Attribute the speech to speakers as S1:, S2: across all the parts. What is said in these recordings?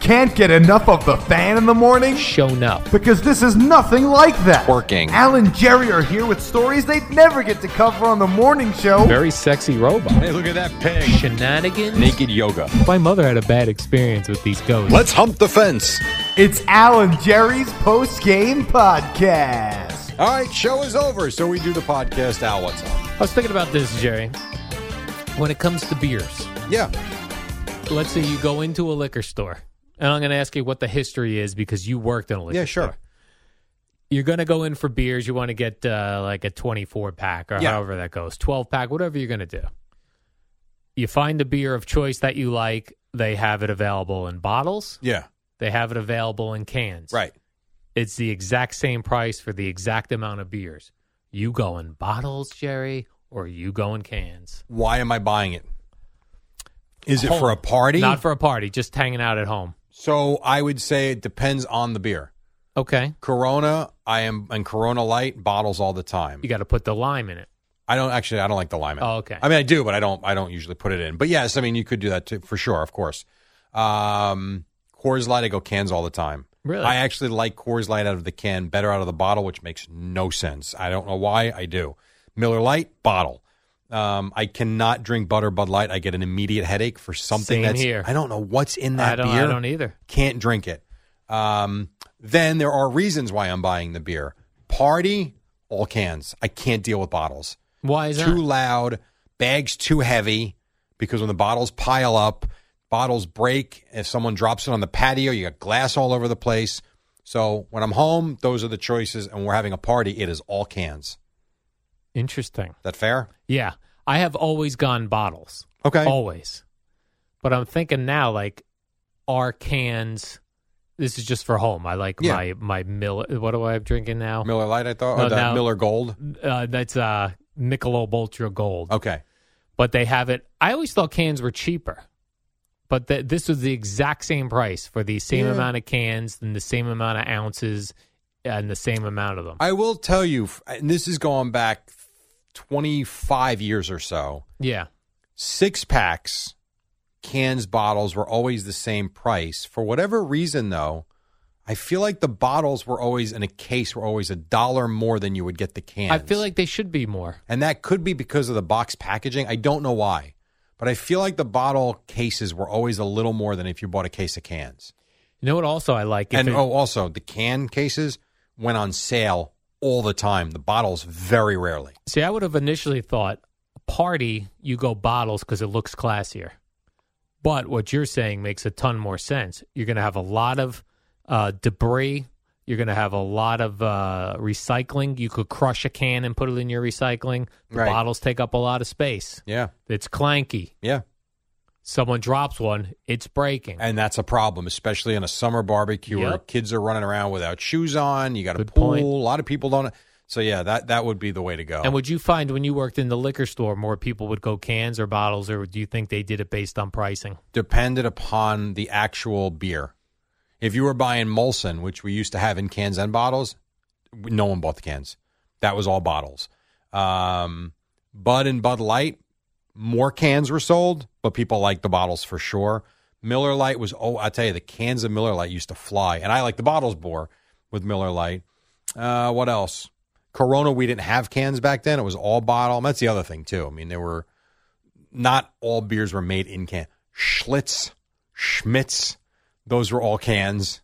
S1: Can't get enough of the fan in the morning?
S2: Shown up.
S1: Because this is nothing like that.
S3: Working.
S1: Al and Jerry are here with stories they'd never get to cover on the morning show.
S2: Very sexy robot.
S3: Hey, look at that pig.
S2: Shenanigans.
S3: Naked yoga.
S2: My mother had a bad experience with these ghosts.
S3: Let's hump the fence.
S1: It's Al and Jerry's post game podcast.
S3: All right, show is over, so we do the podcast. Al, what's up?
S2: I was thinking about this, Jerry. When it comes to beers,
S3: Yeah.
S2: let's say you go into a liquor store, and I'm going to ask you what the history is because you worked in a liquor
S3: Yeah, sure.
S2: store. You're going to go in for beers. You want to get uh, like a 24 pack or
S3: Yeah.
S2: however that goes, 12 pack, whatever you're going to do. You find the beer of choice that you like. They have it available in bottles.
S3: Yeah.
S2: They have it available in cans.
S3: Right.
S2: It's the exact same price for the exact amount of beers. You go in bottles, Jerry, or you go in cans.
S3: Why am I buying it? Is it
S2: Home.
S3: for a party?
S2: Not for a party, just hanging out at home.
S3: so I would say it depends on the beer.
S2: Okay.
S3: Corona, I am and Corona Light bottles all the time.
S2: You got to put the lime in it.
S3: I don't actually. I don't like the lime. in it.
S2: Oh, okay.
S3: I mean, I do, but I don't. I don't usually put it in. But yes, I mean, you could do that too, for sure. Of course. Um, Coors Light, I go cans all the time.
S2: Really?
S3: I actually like Coors Light out of the can better out of the bottle, which makes no sense. I don't know why I do. Miller Light bottle. Um, I cannot drink Butter Bud Light. I get an immediate headache for something
S2: Same
S3: that's
S2: here.
S3: I don't know what's in that
S2: I don't
S3: beer
S2: I don't e- either.
S3: can't drink it. Um, then there are reasons why I'm buying the beer. Party, all cans. I can't deal with bottles.
S2: Why is
S3: Too
S2: that?
S3: loud, bags too heavy, because when the bottles pile up, bottles break. If someone drops it on the patio, you got glass all over the place. So when I'm home, those are the choices. And we're having a party, it is all cans.
S2: Interesting.
S3: That fair?
S2: Yeah. I have always gone bottles.
S3: Okay.
S2: Always. But I'm thinking now, like, are cans. This is just for home. I like
S3: Yeah.
S2: my my Miller. What do I have drinking now?
S3: Miller Light, I thought, or
S2: No,
S3: the
S2: now-
S3: Miller Gold.
S2: uh, that's uh, Michelob Ultra Gold.
S3: Okay.
S2: but they have it. I always thought cans were cheaper, but th- this was the exact same price for the same
S3: Yeah.
S2: amount of cans and the same amount of ounces and the same amount of them.
S3: I will tell you, and this is going back 25 years or so.
S2: yeah,
S3: six packs, cans, bottles were always the same price. For whatever reason, though, I feel like the bottles were always in a case were always a dollar more than you would get the cans.
S2: I feel like they should be more.
S3: and that could be because of the box packaging. I don't know why, but I feel like the bottle cases were always a little more than if you bought a case of cans.
S2: You know what? Also, I like if
S3: and
S2: it-
S3: oh, also the can cases went on sale all the time. The bottles very rarely.
S2: see, I would have initially thought party you go bottles because it looks classier, but what you're saying makes a ton more sense. You're going to have a lot of uh, debris. You're going to have a lot of uh, recycling. You could crush a can and put it in your recycling. The
S3: Right.
S2: bottles take up a lot of space.
S3: Yeah,
S2: It's clanky.
S3: yeah.
S2: Someone drops one, it's breaking.
S3: And that's a problem, especially on a summer barbecue where
S2: Yep.
S3: kids are running around without shoes on. You got a
S2: Good
S3: pool.
S2: point.
S3: A lot of people don't. So yeah, that that would be the way to go.
S2: And would you find when you worked in the liquor store more people would go cans or bottles, or do you think they did it based on pricing?
S3: depended upon the actual beer. If you were buying Molson, which we used to have in cans and bottles, no one bought the cans. That was all bottles. Um, Bud and Bud Light, more cans were sold, but people liked the bottles for sure. Miller Light was oh, I tell you, the cans of Miller Light used to fly, and I like the bottles more with Miller Light. Uh, what else? Corona, we didn't have cans back then. It was all bottle. And that's the other thing too. I mean, there were not all beers were made in can. Schlitz, Schmitz, those were all cans.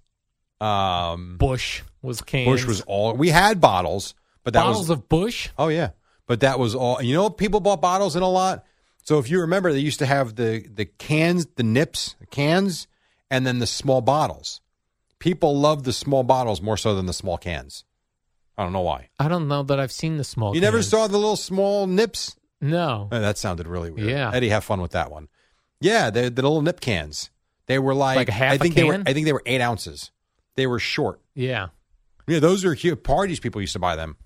S3: Um,
S2: Bush was cans.
S3: Bush was all we had bottles, but that
S2: bottles
S3: was
S2: of Bush.
S3: oh yeah, but that was all. You know, people bought bottles in a lot. So if you remember, they used to have the the cans, the nips, the cans, and then the small bottles. People loved the small bottles more so than the small cans. I don't know why.
S2: I don't know that I've seen the small.
S3: You never
S2: cans.
S3: saw the little small nips.
S2: No.
S3: Oh, that sounded really weird.
S2: Yeah.
S3: Eddie, have fun with that one. Yeah, the, the little nip cans. They were like,
S2: Like a half
S3: I
S2: a
S3: think they were
S2: can?
S3: I think they were eight ounces. They were short.
S2: Yeah.
S3: Yeah, those are huge parties. People used to buy them.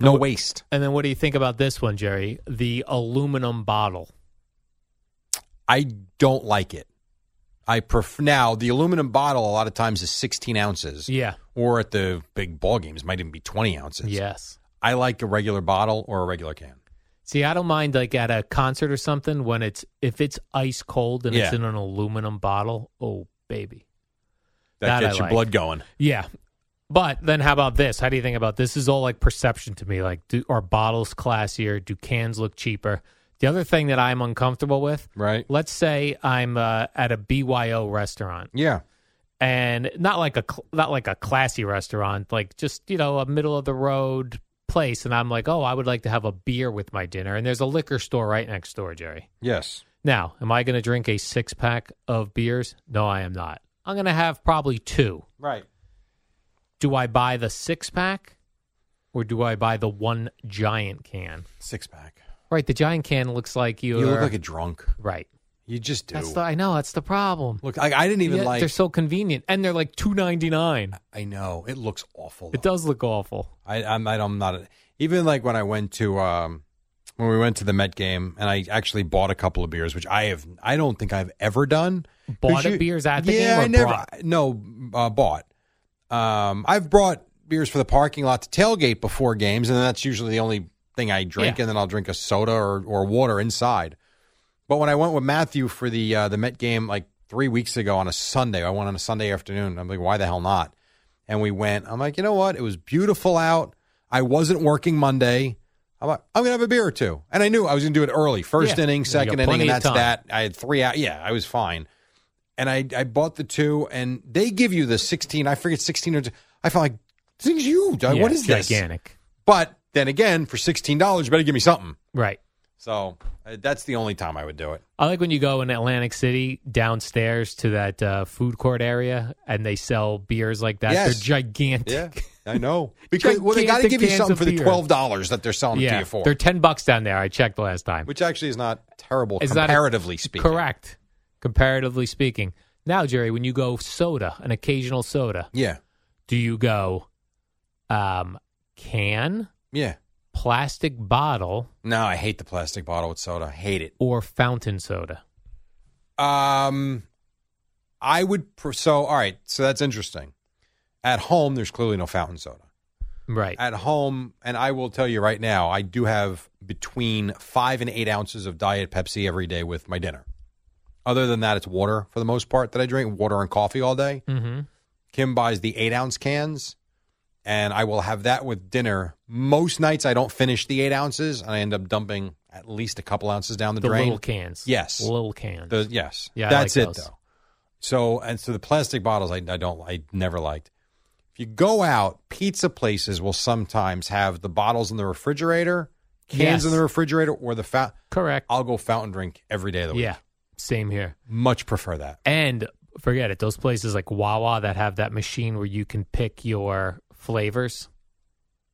S3: No waste.
S2: And then what do you think about this one, Jerry? The aluminum bottle.
S3: I don't like it. I prefer now the aluminum bottle. A lot of times is sixteen ounces,
S2: Yeah.
S3: or at the big ball games might even be twenty ounces.
S2: Yes.
S3: I like a regular bottle or a regular can.
S2: See, I don't mind like at a concert or something when it's if it's ice cold and it's
S3: Yeah.
S2: in an aluminum bottle. Oh, baby.
S3: That,
S2: That I
S3: gets your
S2: like.
S3: blood going.
S2: Yeah. But then how about this? How do you think about this? This is all like perception to me. Like, do are bottles classier? Do cans look cheaper? The other thing that I'm uncomfortable with,
S3: Right.
S2: let's say I'm uh, at a BYO restaurant
S3: Yeah.
S2: and not like a cl- not like a classy restaurant, like just, you know, a middle of the road place and I'm like, "Oh, I would like to have a beer with my dinner." And there's a liquor store right next door, Jerry.
S3: Yes.
S2: Now, am I going to drink a six pack of beers? No, I am not. I'm going to have probably two.
S3: Right.
S2: Do I buy the six pack or do I buy the one giant can?
S3: Six pack.
S2: Right, the giant can looks like you're
S3: You look like a drunk.
S2: right.
S3: You just do.
S2: That's the, I know that's the problem.
S3: look, I, I didn't even
S2: Yet
S3: like.
S2: they're so convenient, and they're like two ninety nine.
S3: I know it looks awful.
S2: It
S3: though.
S2: does look awful.
S3: I, I'm, I, I'm not even like when I went to um, when we went to the Met game, and I actually bought a couple of beers, which I have. I don't think I've ever done. 'Cause
S2: Bought a
S3: you-
S2: beers at the
S3: yeah,
S2: game or
S3: I never.
S2: brought?
S3: No, uh, bought. Um, I've brought beers for the parking lot to tailgate before games, and that's usually the only thing I drink,
S2: Yeah.
S3: and then I'll drink a soda or, or water inside. But when I went with Matthew for the uh, the Met game like three weeks ago on a Sunday, I went on a Sunday afternoon. I'm like, why the hell not? And we went. I'm like, you know what? It was beautiful out. I wasn't working Monday. I'm like, I'm gonna have a beer or two, and I knew I was gonna do it early. First
S2: Yeah. You
S3: inning,
S2: got
S3: second inning,
S2: plenty
S3: and
S2: of
S3: that's
S2: time.
S3: that. I had three out. Yeah, I was fine. And I I bought the two, and they give you the 16. I forget 16 or I felt like this thing's huge. I-
S2: Yeah,
S3: uh, what
S2: it's
S3: is this?
S2: gigantic?
S3: But then again, for sixteen dollars, you better give me something.
S2: Right.
S3: So uh, that's the only time I would do it.
S2: I like when you go in Atlantic City downstairs to that uh, food court area, and they sell beers like that.
S3: Yes.
S2: They're gigantic.
S3: Yeah, I know. Because well, they got to
S2: Gigantic
S3: give you
S2: cans
S3: something
S2: of
S3: for the
S2: beer.
S3: twelve dollars that they're selling it to
S2: Yeah,
S3: you for,
S2: they're ten bucks down there. I checked last time.
S3: which actually is not terrible
S2: It's not a-
S3: comparatively speaking.
S2: Correct. Comparatively speaking. Now, Jerry, when you go soda, an occasional soda,
S3: Yeah,
S2: do you go um, can,
S3: yeah.
S2: plastic bottle,
S3: No, I hate the plastic bottle with soda. I hate it.
S2: or fountain soda?
S3: Um, I would. Pr- so all right. So that's interesting. At home, there's clearly no fountain soda.
S2: Right.
S3: At home, and I will tell you right now, I do have between five and eight ounces of Diet Pepsi every day with my dinner. Other than that, it's water for the most part that I drink, water and coffee all day.
S2: mm-hmm.
S3: Kim buys the eight ounce cans, and I will have that with dinner. Most nights, I don't finish the eight ounces, and I end up dumping at least a couple ounces down the,
S2: The
S3: drain.
S2: little cans.
S3: Yes.
S2: Little cans.
S3: The- yes,
S2: Yeah, I
S3: that's
S2: like
S3: it
S2: those.
S3: though. So and so, the plastic bottles I, I don't, I never liked. If you go out, pizza places will sometimes have the bottles in the refrigerator,
S2: Yes.
S3: cans in the refrigerator, or the fountain.
S2: Correct.
S3: I'll go fountain drink every day of the week.
S2: yeah. Same here.
S3: much prefer that.
S2: And forget it. Those places like Wawa that have that machine where you can pick your flavors.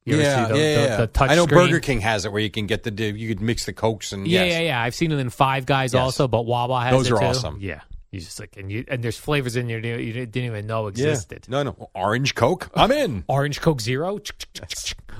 S2: You ever see the, the, the touch
S3: I know
S2: screen?
S3: Burger King has it where you can get the you could mix the cokes and
S2: Yeah,
S3: yes.
S2: yeah, yeah. I've seen it in Five Guys
S3: Yes.
S2: also, but Wawa has
S3: Those
S2: it
S3: are
S2: too.
S3: awesome.
S2: Yeah, you just like and you and there's flavors in there that you didn't even know
S3: Yeah.
S2: existed.
S3: No, no, orange Coke. I'm in.
S2: Orange Coke Zero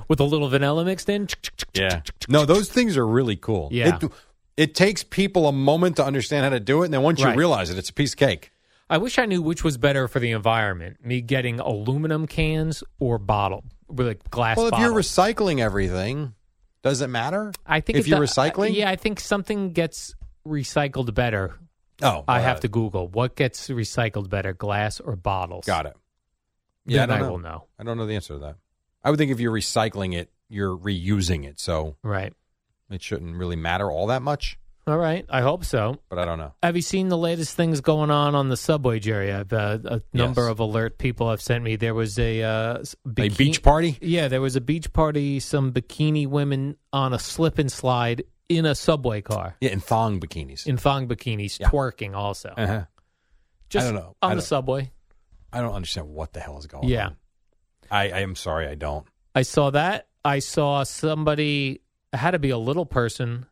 S2: with a little vanilla mixed in.
S3: Yeah. No, those things are really cool.
S2: Yeah.
S3: It, it takes people a moment to understand how to do it, and then once
S2: Right.
S3: you realize it, it's a piece of cake.
S2: I wish I knew which was better for the environment: me getting aluminum cans or bottle, with like glass.
S3: well, if you're
S2: bottles.
S3: recycling everything, does it matter?
S2: I think
S3: if
S2: it
S3: you're
S2: do- uh,
S3: recycling,
S2: yeah, I think something gets recycled better.
S3: Oh,
S2: I
S3: well,
S2: have to Google what gets recycled better: glass or bottles.
S3: Uh, Got it. Yeah,
S2: then
S3: I
S2: I,
S3: don't know.
S2: will know.
S3: I don't know the answer to that. I would think if you're recycling it, you're reusing it, so
S2: Right.
S3: it shouldn't really matter all that much.
S2: All right. I hope so.
S3: But I don't know.
S2: Have you seen the latest things going on on the subway, Jerry? I've, uh, a number
S3: Yes.
S2: of alert people have sent me. There was a uh, s-
S3: A
S2: biki-
S3: beach party.
S2: Yeah, there was a beach party. Some bikini women on a slip and slide in a subway car
S3: Yeah, in thong bikinis.
S2: in thong bikinis,
S3: Yeah.
S2: twerking. Also,
S3: uh-huh.
S2: just
S3: don't know.
S2: on the
S3: I don't- Oh,
S2: subway.
S3: I don't understand what the hell is going
S2: Yeah.
S3: on. I, I am sorry, I don't.
S2: I saw that. I saw somebody it had to be a little person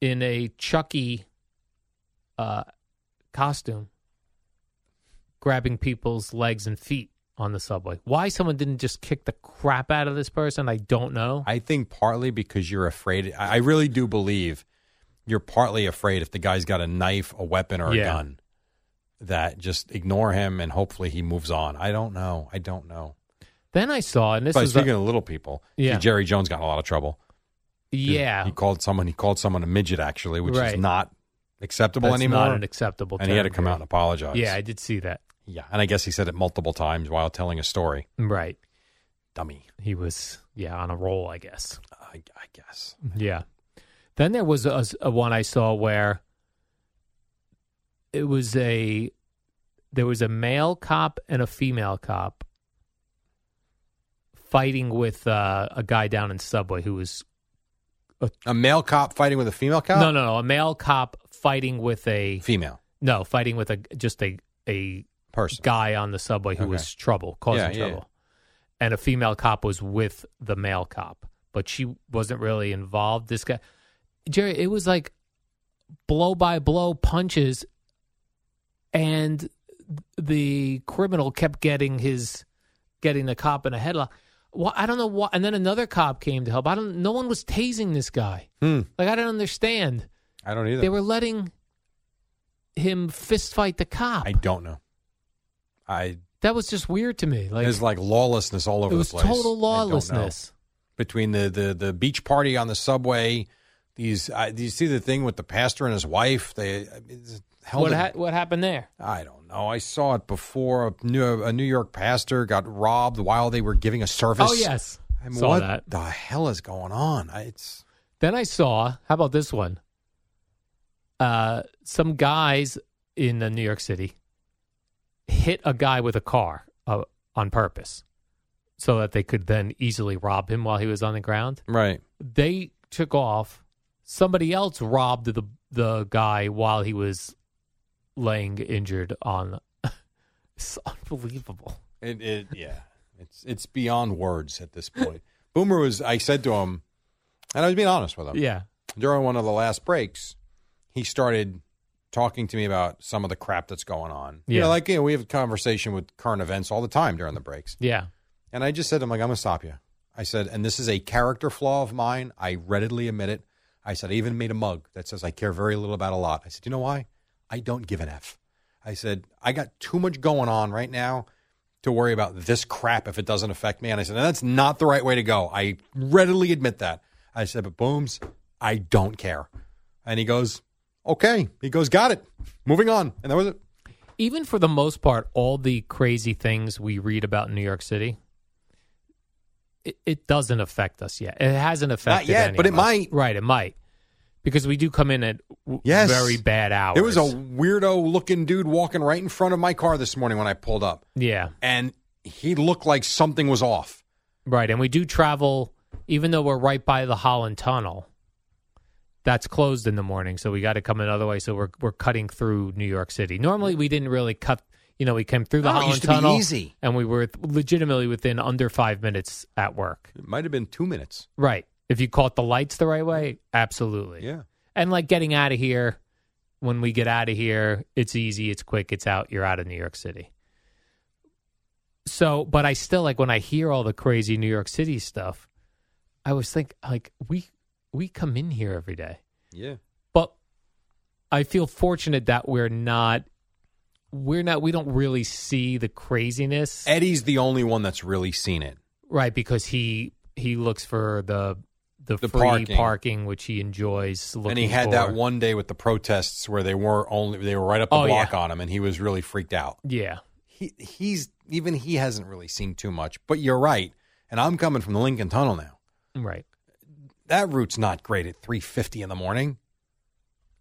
S2: in a Chucky uh, costume grabbing people's legs and feet on the subway. Why someone didn't just kick the crap out of this person, I don't know.
S3: I think partly because you're afraid. I I really do believe you're partly afraid if the guy's got a knife, a weapon, or
S2: Yeah.
S3: a gun that just ignore him and hopefully he moves on. I don't know. I don't know.
S2: Then I saw, and this
S3: but
S2: is a-
S3: speaking of little people, see,
S2: Yeah.
S3: Jerry Jones got in a lot of trouble.
S2: yeah,
S3: He called someone. He called someone a midget actually, which
S2: Right.
S3: is not acceptable
S2: that's
S3: anymore.
S2: not an acceptable.
S3: and he had to
S2: term
S3: come
S2: here.
S3: out and apologize.
S2: Yeah, I did see that.
S3: yeah. And I guess he said it multiple times while telling a story.
S2: Right,
S3: Dummy,
S2: he was yeah on a roll, I guess.
S3: I, I guess.
S2: Yeah. Then there was a, a one I saw where it was a there was a male cop and a female cop fighting with uh, a guy down in Subway who was
S3: A male cop fighting with a female cop.
S2: no no no a male cop fighting with a
S3: female
S2: no fighting with a just a a
S3: person.
S2: guy on the subway who
S3: Okay.
S2: was trouble causing
S3: Yeah, yeah, yeah.
S2: trouble, and a female cop was with the male cop, but she wasn't really involved. This guy, Jerry, it was like blow by blow punches, and the criminal kept getting his getting the cop in a headlock. Well, I don't know why. And then another cop came to help. I don't. No one was tasing this guy.
S3: Hmm.
S2: Like I don't understand.
S3: I don't either.
S2: They were letting him fist fight the cop.
S3: I don't know. I
S2: That was just weird to me. Like
S3: there's like lawlessness all over
S2: it was
S3: the place. I
S2: total
S3: don't know.
S2: lawlessness.
S3: between the, the the beach party on the subway. These I do you see the thing with the pastor and his wife? They I mean, it's held
S2: What
S3: a-
S2: ha- what happened there?
S3: I don't know. I saw it before. A New, a New York pastor got robbed while they were giving a service.
S2: oh yes,
S3: I mean,
S2: saw
S3: what
S2: that.
S3: the hell is going on? I, it's
S2: Then I saw. How about this one? Uh, some guys in uh, New York City hit a guy with a car uh, on purpose, so that they could then easily rob him while he was on the ground.
S3: right.
S2: They took off. Somebody else robbed the the guy while he was laying injured on. it's unbelievable.
S3: It, it yeah. It's it's beyond words at this point. Boomer was. I said to him, and I was being honest with him.
S2: Yeah.
S3: during one of the last breaks, he started talking to me about some of the crap that's going on. You know,
S2: Yeah.
S3: like you know, we have a conversation with current events all the time during the breaks.
S2: Yeah.
S3: And I just said, I'm like, I'm gonna stop you. I said, and this is a character flaw of mine. I readily admit it. I said, I even made a mug that says I care very little about a lot. I said, you know why? I don't give an F. I said, I got too much going on right now to worry about this crap if it doesn't affect me. And I said, and that's not the right way to go. I readily admit that. I said, but booms, I don't care. And he goes, okay. He goes, got it. Moving on. And that was it.
S2: even for the most part, all the crazy things we read about in New York City, it, it doesn't affect us yet. It hasn't affected
S3: yet,
S2: any
S3: but
S2: of
S3: it
S2: us.
S3: might.
S2: Right, it might because we do come in at w-
S3: Yes.
S2: very bad hours.
S3: There was a weirdo looking dude walking right in front of my car this morning when I pulled up.
S2: yeah,
S3: and he looked like something was off.
S2: right, and we do travel even though we're right by the Holland Tunnel. That's closed in the morning, so we got to come another way. So we're we're cutting through New York City. Normally, we didn't really cut. You know, we came through the
S3: No, it
S2: Holland
S3: used to be
S2: Tunnel,
S3: easy.
S2: and we were legitimately within under five minutes at work.
S3: It might have been two minutes.
S2: Right. If you caught the lights the right way, absolutely.
S3: Yeah.
S2: And like getting out of here, when we get out of here, it's easy, it's quick, it's out, you're out of New York City. So, but I still like when I hear all the crazy New York City stuff, I was think like we we come in here every day.
S3: Yeah.
S2: But I feel fortunate that we're not we're not we don't really see the craziness.
S3: Eddie's the only one that's really seen it.
S2: Right, because he he looks for the the,
S3: The
S2: free
S3: parking.
S2: parking. which he enjoys looking
S3: and he had
S2: for.
S3: that one day with the protests where they were only they were right up the
S2: Oh,
S3: block
S2: yeah.
S3: on him and he was really freaked out.
S2: Yeah.
S3: He he's even he hasn't really seen too much, but you're right. And I'm coming from the Lincoln Tunnel now.
S2: Right.
S3: That route's not great at 3:50 in the morning.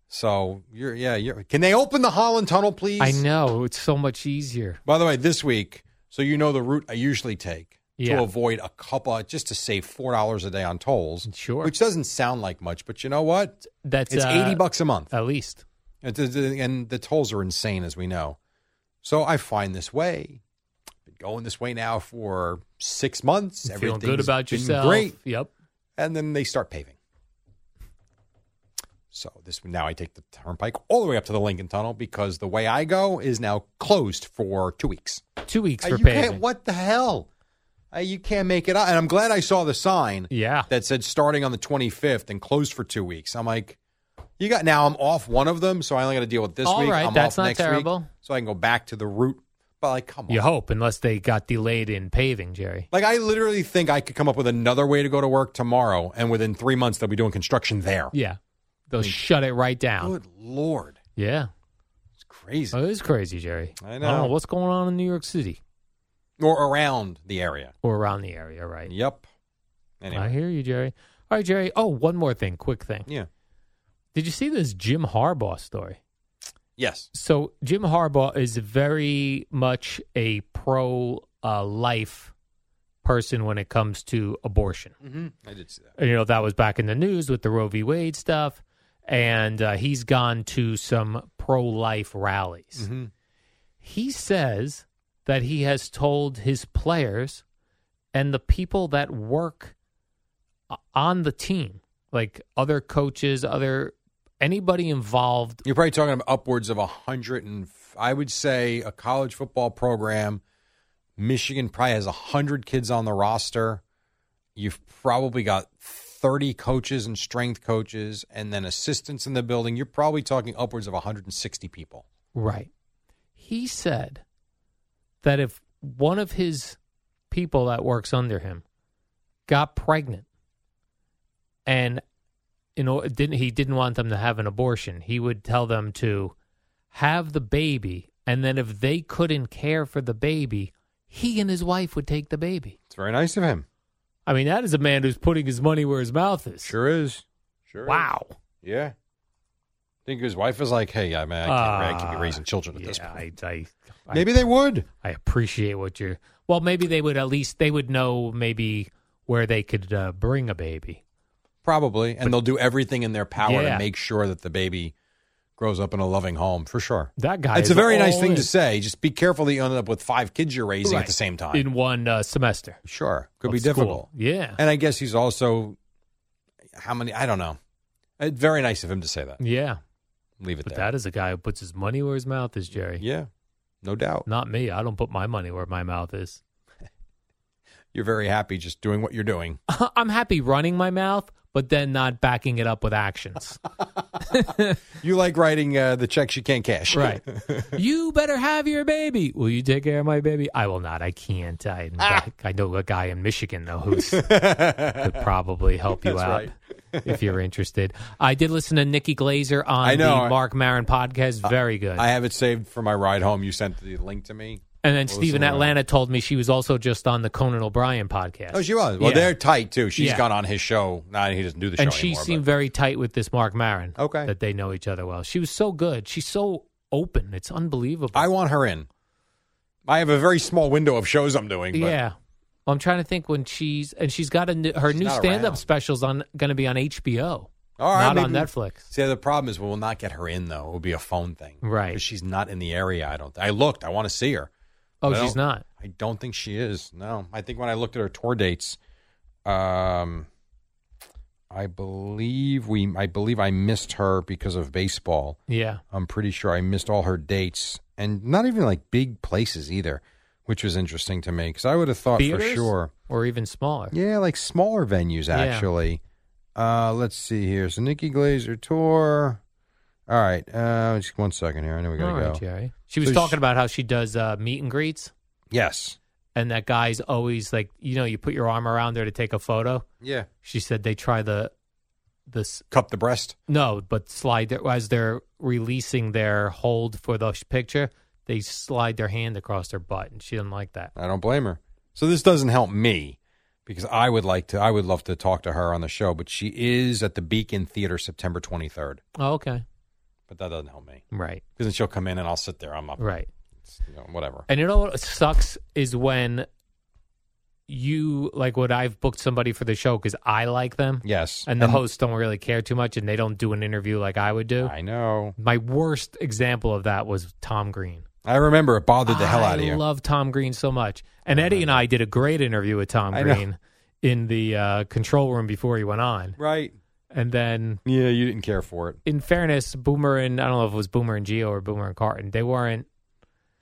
S3: So, you're yeah, you're Can they open the Holland Tunnel please?
S2: I know. It's so much easier.
S3: By the way, this week, so you know the route I usually take
S2: Yeah.
S3: to avoid a couple, just to save four dollars a day on tolls.
S2: Sure.
S3: which doesn't sound like much, but you know what?
S2: That's
S3: It's
S2: uh,
S3: eighty bucks a month,
S2: at least.
S3: It's- it's- and the tolls are insane, as we know. So I find this way. Been going this way now for six months.
S2: Feeling
S3: Everything's
S2: good about
S3: been
S2: yourself.
S3: Great,
S2: Yep.
S3: and then they start paving. So this now I take the turnpike all the way up to the Lincoln Tunnel because the way I go is now closed for two weeks.
S2: Two weeks
S3: Uh,
S2: for
S3: you can't,
S2: paving.
S3: what the hell? Uh, you can't make it out. And I'm glad I saw the sign
S2: Yeah.
S3: that said starting on the 25th and closed for two weeks. I'm like, you got now. I'm off one of them, so I only got to deal with this
S2: All
S3: week.
S2: right,
S3: I'm
S2: that's
S3: off
S2: not
S3: next Week,
S2: terrible.
S3: so I can go back to the route. But like, come on.
S2: You hope, unless they got delayed in paving, Jerry.
S3: Like I literally think I could come up with another way to go to work tomorrow, and within three months they'll be doing construction there.
S2: Yeah. They'll
S3: Hmm.
S2: shut it right down.
S3: Good lord,
S2: Yeah.
S3: it's crazy.
S2: Oh, it is crazy, Jerry.
S3: I
S2: don't
S3: know.
S2: what's going on in New York City
S3: or around the area.
S2: or around the area, right?
S3: Yep. Anyway,
S2: I hear you, Jerry. All right, Jerry. Oh, one more thing, quick thing.
S3: yeah.
S2: Did you see this Jim Harbaugh story?
S3: Yes.
S2: So Jim Harbaugh is very much a pro uh, life person when it comes to abortion.
S3: Mm-hmm. I did see that.
S2: you know that was back in the news with the Roe v. Wade stuff, and uh, he's gone to some pro-life rallies.
S3: Mm-hmm.
S2: He says that he has told his players and the people that work o- on the team, like other coaches, other anybody involved.
S3: You're probably talking about upwards of a hundred and f- I would say a college football program. Michigan probably has a hundred kids on the roster. You've probably got thirty coaches and strength coaches, and then assistants in the building. You're probably talking upwards of 160 people.
S2: Right. He said that if one of his people that works under him got pregnant and you know didn't he didn't want them to have an abortion, he would tell them to have the baby and then if they couldn't care for the baby, he and his wife would take the baby.
S3: It's very nice of him.
S2: I mean, that is a man who's putting his money where his mouth is.
S3: Sure is. Sure. is.
S2: Wow.
S3: Yeah. think his wife was like, "Hey, I mean, I can't, I can't be raising children at
S2: Ah, Uh, yeah,
S3: this point."
S2: I, I, I
S3: Maybe they would.
S2: I appreciate what you're. Well, maybe they would at least they would know maybe where they could uh, bring a baby.
S3: Probably. And they'll do everything in their power to
S2: Yeah.
S3: make sure that the baby grows up in a loving home, for sure.
S2: That guy.
S3: it's
S2: is
S3: a very nice
S2: all
S3: thing
S2: in.
S3: to say. Just be careful that you end up with five kids you're raising
S2: Right.
S3: at the same time.
S2: in one uh, semester.
S3: sure. Could
S2: of
S3: be
S2: school.
S3: difficult.
S2: Yeah,
S3: And I guess he's also, how many? I don't know. Uh, very nice of him to say that.
S2: yeah.
S3: Leave it
S2: But
S3: there.
S2: that is a guy who puts his money where his mouth is, Jerry.
S3: yeah. No doubt.
S2: Not me. I don't put my money where my mouth is.
S3: You're very happy just doing what you're doing.
S2: I'm happy running my mouth, but then not backing it up with actions.
S3: You like writing uh, the checks you can't cash.
S2: Right. you better have your baby. Will you take care of my baby? I will not. I can't. I,
S3: Ah.
S2: I know a guy in Michigan though who's could probably help you
S3: That's
S2: out if you're interested. I did listen to Nikki Glazer on
S3: I know.
S2: the Mark Marin podcast. Very good.
S3: I have it saved for my ride home. You sent the link to me.
S2: and then
S3: We'll
S2: Steve in
S3: listen to that.
S2: Atlanta told me she was also just on the Conan O'Brien podcast.
S3: Oh, she was. Well,
S2: Yeah.
S3: they're tight too. She's
S2: Yeah.
S3: gone on his show. Nah, he doesn't do the show
S2: and she
S3: anymore.
S2: seemed
S3: but-
S2: very tight with this Mark Marin.
S3: Okay.
S2: That they know each other well. She was so good. She's so open. It's unbelievable.
S3: I want her in. I have a very small window of shows I'm doing. But
S2: Yeah. Well, I'm trying to think when she's and she's got a new, her
S3: She's
S2: new
S3: not
S2: stand
S3: around.
S2: up specials on going to be on HBO,
S3: All right,
S2: not
S3: maybe
S2: on
S3: we-
S2: Netflix.
S3: See, the problem is we will not get her in though. It will be a phone thing,
S2: Right.
S3: 'Cause she's not in the area. I don't. I looked. I want to see her.
S2: Oh,
S3: Well,
S2: she's not.
S3: I don't think she is. No, I think when I looked at her tour dates, um, I believe we. I believe I missed her because of baseball.
S2: Yeah.
S3: I'm pretty sure I missed all her dates and not even like big places either, which was interesting to me because I would have thought oh, for
S2: Theaters?
S3: sure.
S2: Or even smaller.
S3: Yeah, like smaller venues
S2: Yeah.
S3: actually. Uh, let's see here. So Nikki Glazer tour. All right, uh, just one second here. I know we gotta
S2: All right,
S3: go.
S2: Jerry. She was
S3: So
S2: talking
S3: she-
S2: about how she does uh, meet and greets,
S3: Yes.
S2: and that guy's always like, you know, you put your arm around her to take a photo.
S3: Yeah.
S2: She said they try the, this
S3: Cup the breast.
S2: no, but slide their, as they're releasing their hold for the sh- picture, they slide their hand across their butt, and she didn't like that.
S3: I don't blame her. So this doesn't help me because I would like to. I would love to talk to her on the show, but she is at the Beacon Theater September 23rd.
S2: Oh, okay,
S3: But that doesn't help me
S2: right,
S3: because then she'll come in and I'll sit there. I'm up.
S2: right.
S3: You know, whatever.
S2: And you know what sucks is when you like when I've booked somebody for the show because I like them,
S3: Yes.
S2: and the hosts don't really care too much, and they don't do an interview like I would do.
S3: I know.
S2: My worst example of that was Tom Green.
S3: I remember it bothered the hell out of
S2: I
S3: you.
S2: love Tom Green so much, and Eddie and I did a great interview with Tom
S3: I know.
S2: Green in the uh, control room before he went on,
S3: right.
S2: And then,
S3: Yeah, you didn't care for it.
S2: in fairness, Boomer and I don't know if it was Boomer and Geo or Boomer and Carton. They weren't.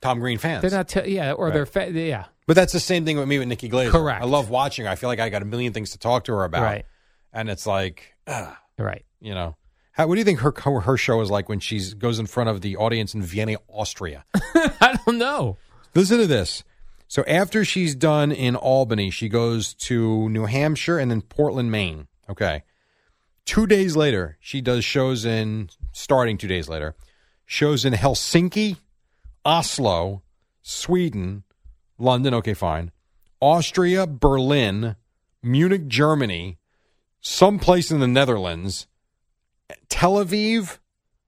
S3: Tom Green fans.
S2: They're not. T- yeah, or they're. Fa- yeah,
S3: But that's the same thing with me with Nikki Glazer.
S2: Correct.
S3: I love watching her. I feel like I got a million things to talk to her about.
S2: right,
S3: And it's like, ugh,
S2: right.
S3: you know. How, what do you think her co- her show is like when she goes in front of the audience in Vienna, Austria?
S2: I don't know.
S3: Listen to this. So after she's done in Albany, she goes to New Hampshire and then Portland, Maine. Okay. Two days later, she does shows in, starting two days later, shows in Helsinki, Oslo, Sweden, London. Okay, fine. Austria, Berlin, Munich, Germany, someplace in the Netherlands, Tel Aviv,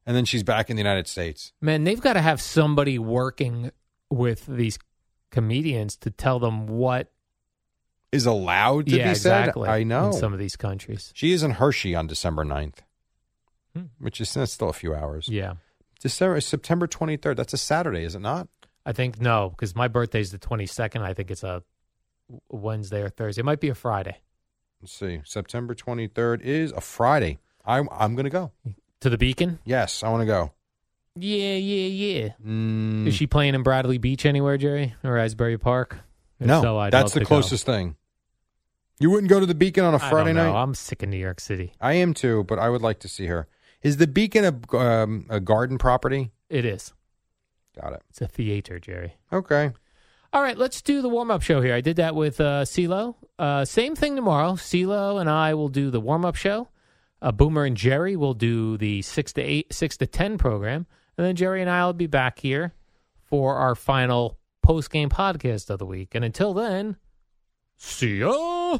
S3: and then she's back in the United States.
S2: Man, they've got to have somebody working with these comedians to tell them what
S3: Is allowed to
S2: yeah,
S3: be said.
S2: exactly.
S3: I know.
S2: in some of these countries.
S3: She is in Hershey on December 9th,
S2: Hmm.
S3: which is that's still a few hours.
S2: Yeah,
S3: December, September 23rd, that's a Saturday, is it not?
S2: I think no, because my birthday's the twenty second. I think it's a Wednesday or Thursday. It might be a Friday
S3: Let's see. September 23rd is a Friday. I'm, I'm going to go.
S2: to the Beacon.
S3: Yes, I want to go.
S2: Yeah, yeah, yeah.
S3: Mm,
S2: Is she playing in Bradley Beach anywhere, Jerry, or Asbury Park? If
S3: no,
S2: so, I'd
S3: that's
S2: love
S3: the
S2: to go.
S3: closest thing. You wouldn't go to the Beacon on a
S2: I don't
S3: Friday
S2: know.
S3: night?
S2: I'm sick of New York City.
S3: I am too, but I would like to see her. Is the Beacon a, um, a garden property?
S2: It is.
S3: Got it.
S2: It's a theater, Jerry.
S3: Okay.
S2: All right, let's do the warm up show here. I did that with uh, CeeLo. Uh, same thing tomorrow. CeeLo and I will do the warm up show. Uh, Boomer and Jerry will do the six to eight, six to ten program, and then Jerry and I will be back here for our final post game podcast of the week. And until then, see ya.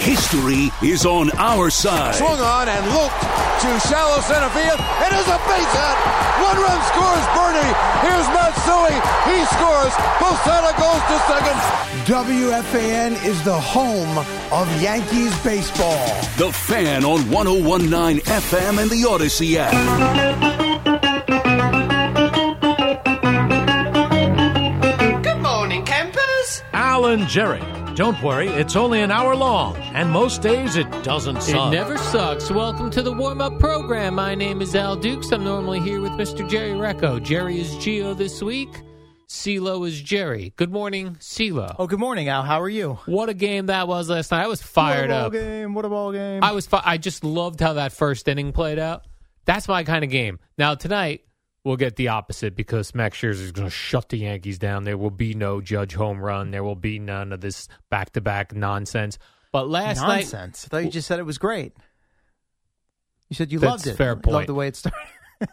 S4: History is on our side.
S5: Swung on and looped to shallow center field. It is a base hit. One run scores Bernie. Here's Matsui. He scores. Posada goes to second. WFAN is the home of Yankees baseball.
S4: The Fan on 1019 FM and the Odyssey app.
S6: Good morning, campers.
S7: Alan Jerry. Don't worry, it's only an hour long, and most days it doesn't
S2: It
S7: suck.
S2: never sucks. Welcome to the warm up program. My name is Al Dukes. I'm normally here with Mr. Jerry Recco. Jerry is Geo this week. CeeLo is Jerry. Good morning, CeeLo.
S1: Oh, good morning, Al. How are you?
S2: What a game that was last night. I was fired
S1: what a ball
S2: up.
S1: game. What a ball game.
S2: I was. Fi- I just loved how that first inning played out. That's my kind of game. Now tonight we'll get the opposite because Max Scherzer is going to shut the Yankees down. There will be no Judge home run. There will be none of this back to back nonsense. But last
S1: Nonsense.
S2: night,
S1: I thought you just said it was great. You said you
S2: That's
S1: loved it.
S2: fair point.
S1: Loved the way it started.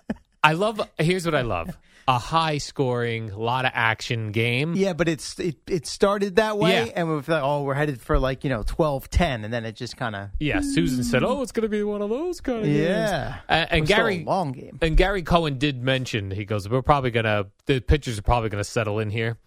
S2: I love. Here's what I love: a high scoring, lot of action game.
S1: Yeah, but it's it, it started that way,
S2: Yeah.
S1: and we feel like, oh, we're headed for like you know 12-10, and then it just kind of
S2: Yeah, Susan said, "Oh, it's going to be one of those kind of games."
S1: yeah.
S2: And, and
S1: We're still a
S2: Gary
S1: long game.
S2: And Gary Cohen did mention he goes, "We're probably gonna the pitchers are probably gonna settle in here,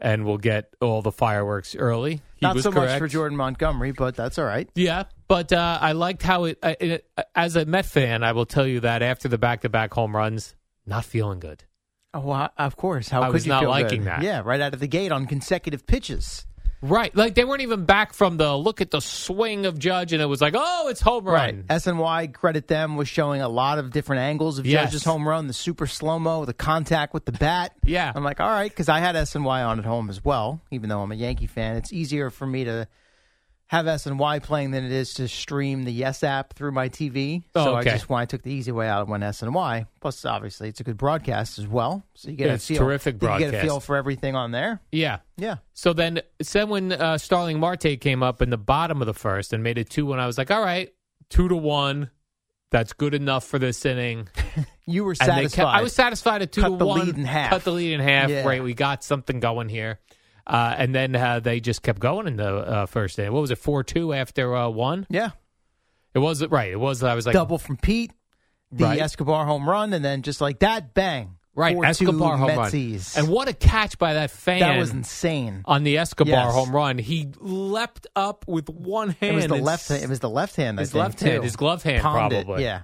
S2: and we'll get all the fireworks early." He
S1: Not
S2: was
S1: so much
S2: correct.
S1: for Jordan Montgomery, but that's all right.
S2: Yeah, but uh, I liked how it, I- it. uh, As a Met fan, I will tell you that after the back-to-back home runs, not feeling good.
S1: Oh, well, of course. How
S2: I
S1: could
S2: was
S1: you
S2: not
S1: feel
S2: liking
S1: good?
S2: that.
S1: Yeah, right out of the gate on consecutive pitches.
S2: Right, like they weren't even back from the look at the swing of Judge, and it was like, "Oh, it's home run."
S1: SNY credit them with showing a lot of different angles of
S2: Yes.
S1: Judge's home run, the super slow mo, the contact with the bat.
S2: Yeah.
S1: I'm like, all right, because I had SNY on at home as well. Even though I'm a Yankee fan, it's easier for me to
S8: have SNY playing than it is to stream the Yes app through my TV.
S2: Oh,
S8: so
S2: okay.
S8: I just why I took the easy way out and went SNY. Plus, obviously, it's a good broadcast as well. So you get
S2: It's
S8: a feel,
S2: terrific
S8: You get a
S2: broadcast.
S8: feel for everything on there.
S2: Yeah.
S8: Yeah.
S2: So then, said when uh, Starling Marte came up in the bottom of the first and made it two one, I was like, all right, two to one. That's good enough for this inning.
S8: You were
S2: And they
S8: satisfied.
S2: kept- I was satisfied at two
S8: Cut
S2: to
S8: the
S2: one.
S8: lead in half.
S2: Cut the lead in half.
S8: Yeah.
S2: Right, we got something going here, uh, and then uh, they just kept going in the uh, first day. What was it, four two after uh, one?
S8: Yeah,
S2: it was right. It was. I was like
S8: double from Pete, the
S2: Right.
S8: Escobar home run, and then just like that, bang.
S2: Right,
S8: 4-2
S2: Escobar home
S8: Metsies.
S2: run, and what a catch by that fan!
S8: That was insane.
S2: on the Escobar
S8: Yes.
S2: home run. He leapt up with one hand.
S8: It was the
S2: and
S8: left. It was the left hand. I
S2: his
S8: think,
S2: left hand,
S8: too.
S2: his glove hand,
S8: Palmed it,
S2: probably.
S8: yeah,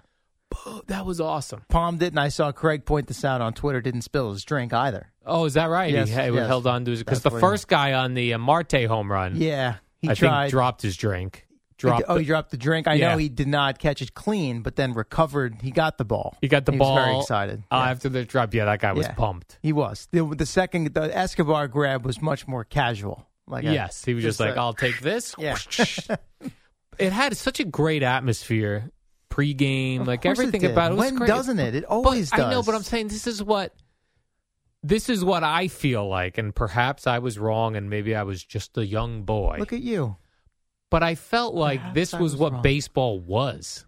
S2: Oh, that was awesome.
S8: palmed it, and I saw Craig point this out on Twitter. Didn't spill his drink either.
S2: Oh, is that right?
S8: Yes,
S2: he he
S8: yes.
S2: held on to his because
S8: That's
S2: the
S8: what he-
S2: first guy on the uh, Marte home run,
S8: Yeah, he
S2: I
S8: tried.
S2: think dropped his drink. Dropped.
S8: oh, he dropped the drink. I
S2: Yeah.
S8: know he did not catch it clean, but then recovered. He got the ball.
S2: He got the
S8: He was
S2: ball.
S8: very excited.
S2: Uh, After the drop, yeah, that guy was
S8: Yeah.
S2: pumped.
S8: He was the, the second. The Escobar grab was much more casual. Like a-
S2: yes, he was just, like,
S8: a-
S2: "I'll take this."
S8: Yeah.
S2: It had such a great atmosphere pregame,
S8: Of
S2: like
S8: course it
S2: everything
S8: did.
S2: about it. was
S8: When
S2: great.
S8: doesn't it? It
S2: But-
S8: always
S2: I know,
S8: does.
S2: but I'm saying this is what this is what I feel like, and perhaps I was wrong, and maybe I was just a young boy.
S8: Look at you.
S2: but I felt like this
S8: I
S2: was,
S8: was
S2: what
S8: wrong.
S2: baseball was.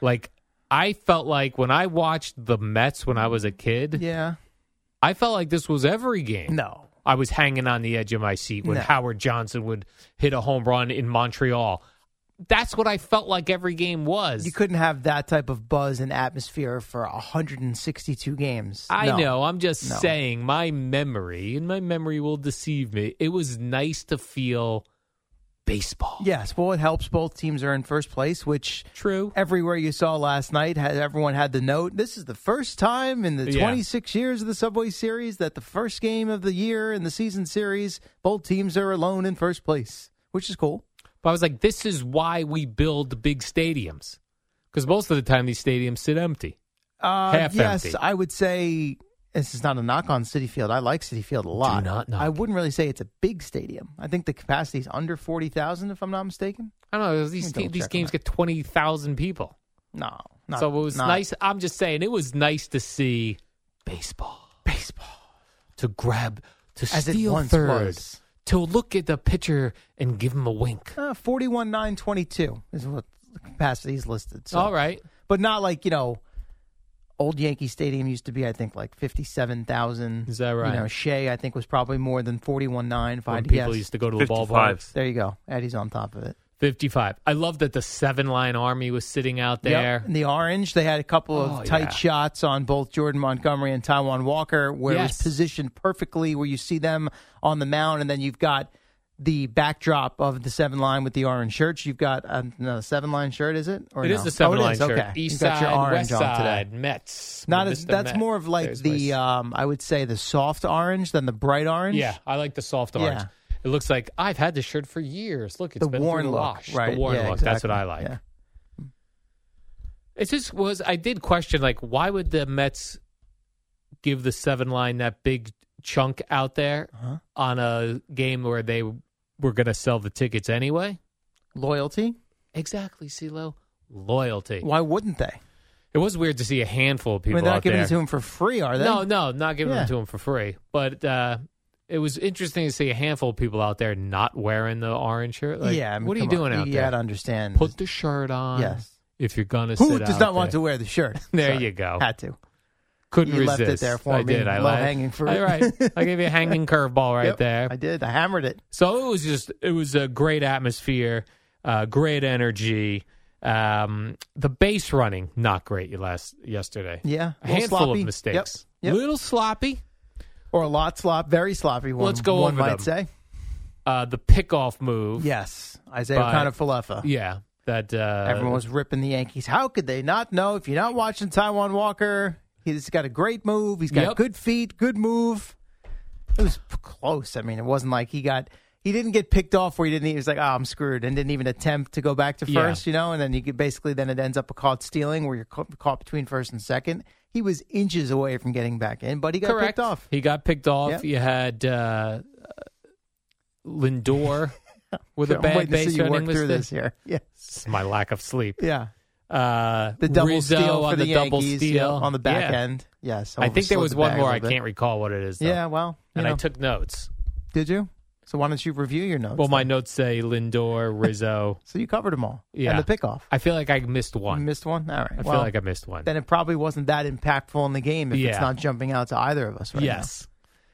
S2: Like I felt like when I watched the Mets when I was a kid,
S8: Yeah.
S2: I felt like this was every game.
S8: No.
S2: I was hanging on the edge of my seat when
S8: No.
S2: Howard Johnson would hit a home run in Montreal. That's what I felt like every game was.
S8: You couldn't have that type of buzz and atmosphere for 162 games.
S2: I
S8: No.
S2: know. I'm just
S8: No.
S2: saying my memory, and my memory will deceive me. It was nice to feel baseball.
S8: Yes, well, it helps both teams are in first place, which
S2: True.
S8: everywhere you saw last night, had, everyone had the note. This is the first time in the
S2: Yeah.
S8: 26 years of the Subway Series that the first game of the year in the season series, both teams are alone in first place, which is cool.
S2: But I was like, this is why we build big stadiums. Because most of the time, these stadiums sit empty.
S8: Uh,
S2: Half
S8: yes,
S2: empty.
S8: I would say this is not a knock on City Field. I like City Field a lot.
S2: not knock
S8: I wouldn't really say it's a big stadium. I think the capacity is under 40,000, if I'm not mistaken.
S2: I don't know. These,
S8: Let me
S2: ga-
S8: double
S2: these
S8: check on
S2: games get
S8: that.
S2: 20,000 people.
S8: No. Not,
S2: so it was
S8: not
S2: nice. I'm just saying, it was nice to see baseball.
S8: Baseball.
S2: To grab, to
S8: As it
S2: steal
S8: once
S2: third.
S8: was.
S2: To look at the pitcher and give him a wink.
S8: Uh, 41 922 is what the capacity is listed. So.
S2: All right.
S8: But not like, you know, old Yankee Stadium used to be, I think, like 57,000.
S2: Is that right?
S8: You know, Shea, I think, was probably more than 41 9.
S2: When people used to go to the
S9: 55.
S2: ballpark.
S8: There you go. Eddie's on top of it.
S2: 55. I love that the seven line army was sitting out there.
S8: Yep. And the orange, they had a couple of
S2: Oh,
S8: tight
S2: yeah.
S8: shots on both Jordan Montgomery and Taiwan Walker, where it
S2: Yes.
S8: was positioned perfectly, where you see them on the mound, and then you've got the backdrop of the seven line with the orange shirts. You've got um, no seven line shirt, is it? Or
S2: It
S8: no?
S2: is the seven
S8: oh, it
S2: line
S8: is.
S2: shirt.
S8: Okay.
S2: East
S8: you've got
S2: side,
S8: your orange
S2: west
S8: on today.
S2: side, Mets.
S8: Not
S2: Mr.
S8: as that's
S2: Met.
S8: more of like
S2: There's my
S8: the um, I would say the soft orange than the bright orange.
S2: Yeah, I like the soft orange.
S8: Yeah.
S2: It looks like I've had this shirt for years. Look, it's
S8: the
S2: been
S8: worn
S2: through the
S8: look,
S2: wash.
S8: right?
S2: The worn
S8: yeah,
S2: look. That's what
S8: exactly.
S2: I like.
S8: Yeah.
S2: It just was. I did question like, why would the Mets give the seven line that big chunk out there
S8: Uh-huh.
S2: on a game where they were going to sell the tickets anyway?
S8: Loyalty?
S2: Exactly, CeeLo. Loyalty.
S8: Why wouldn't they?
S2: It was weird to see a handful of
S8: I
S2: people
S8: mean, they're
S2: out
S8: not giving
S2: there.
S8: it to him for free, are they?
S2: No, no, not giving
S8: Yeah.
S2: them to him for free. But uh, it was interesting to see a handful of people out there not wearing the orange shirt. Like,
S8: yeah, I mean,
S2: what are you
S8: come on.
S2: doing out
S8: you
S2: there?
S8: gotta understand.
S2: Put the shirt on.
S8: Yes.
S2: If you're gonna.
S8: Who
S2: sit
S8: does
S2: out
S8: not want
S2: there.
S8: to wear the shirt?
S2: There
S8: Sorry.
S2: you go.
S8: Had to.
S2: Couldn't
S8: You
S2: resist.
S8: left it there for
S2: I
S8: me.
S2: did. I
S8: Low
S2: left.
S8: hanging fruit.
S2: All right. I gave you a hanging curveball right
S8: Yep,
S2: there.
S8: I did. I hammered it.
S2: So it was just it was a great atmosphere, uh, great energy. Um, the base running not great you last yesterday. A
S8: Yeah, little
S2: handful
S8: sloppy.
S2: of
S8: Yep,
S2: mistakes.
S8: yep.
S2: Little sloppy.
S8: Or a lot slop, very sloppy one.
S2: Let's go
S8: one
S2: over
S8: might
S2: them.
S8: say.
S2: Uh, the pickoff move.
S8: Yes, Isaiah
S2: But-
S8: kind of Falefa.
S2: Yeah, that uh,
S8: Everyone was ripping the Yankees. How could they not know? If you're not watching Taiwan Walker, he's got a great move. He's got
S2: Yep.
S8: good feet, good move. It was p- close. I mean, it wasn't like he got. He didn't get picked off where he didn't. He was like, "Oh, I'm screwed," and didn't even attempt to go back to
S2: Yeah.
S8: first, you know. And then you get basically then it ends up a caught stealing where you're ca- caught between first and second. He was inches away from getting back in, but he got
S2: correct.
S8: picked off.
S2: He got picked off.
S8: Yep.
S2: You had uh, Lindor with
S8: I'm
S2: a bad
S8: waiting to see
S2: base
S8: you
S2: running
S8: work
S2: was
S8: through
S2: the-
S8: this here. Yeah.
S2: It's my lack of sleep.
S8: Yeah.
S2: Uh,
S8: The double
S2: Rizzo
S8: steal for
S2: on
S8: the
S2: the, double
S8: Yankees,
S2: steal
S8: yeah, on the back end. Yeah,
S2: I
S8: someone
S2: think there
S8: slid
S2: was
S8: the
S2: one
S8: bag a
S2: more. I
S8: little bit.
S2: can't recall what it is. Though.
S8: Yeah, well, you
S2: and I
S8: know.
S2: took notes.
S8: Did you? So why don't you review your notes?
S2: Well, my notes say Lindor, Rizzo.
S8: so you covered them all.
S2: Yeah,
S8: And the pickoff.
S2: I feel like I missed one.
S8: You missed one? All right.
S2: I feel
S8: well,
S2: like I missed one.
S8: Then it probably wasn't that impactful in the game if
S2: Yeah.
S8: it's not jumping out to either of us right
S2: yes.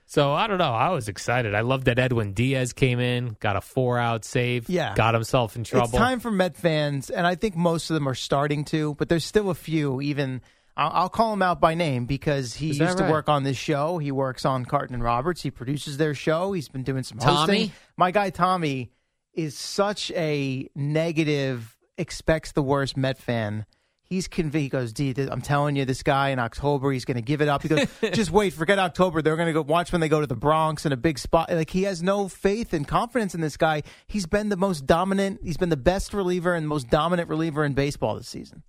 S2: So I don't know. I was excited. I love that Edwin Diaz came in, got a four-out save.
S8: Yeah.
S2: got himself in
S8: now.
S2: trouble.
S8: It's time for Met fans, and I think most of them are starting to, but there's still a few even. I'll, I'll call him out by name because he
S2: Is
S8: used
S2: that
S8: to
S2: right?
S8: work on this show. He works on Carton and Roberts. He produces their show. He's been doing some
S2: Tommy?
S8: hosting. My guy Tommy is such a negative, expects the worst Met fan. He's convinced. He goes, D, th- I'm telling you, this guy in October, he's going to give it up. He goes, just wait, forget October. They're going to go watch when they go to the Bronx in a big spot. Like, he has no faith and confidence in this guy. He's been the most dominant, he's been the best reliever and most dominant reliever in baseball this season.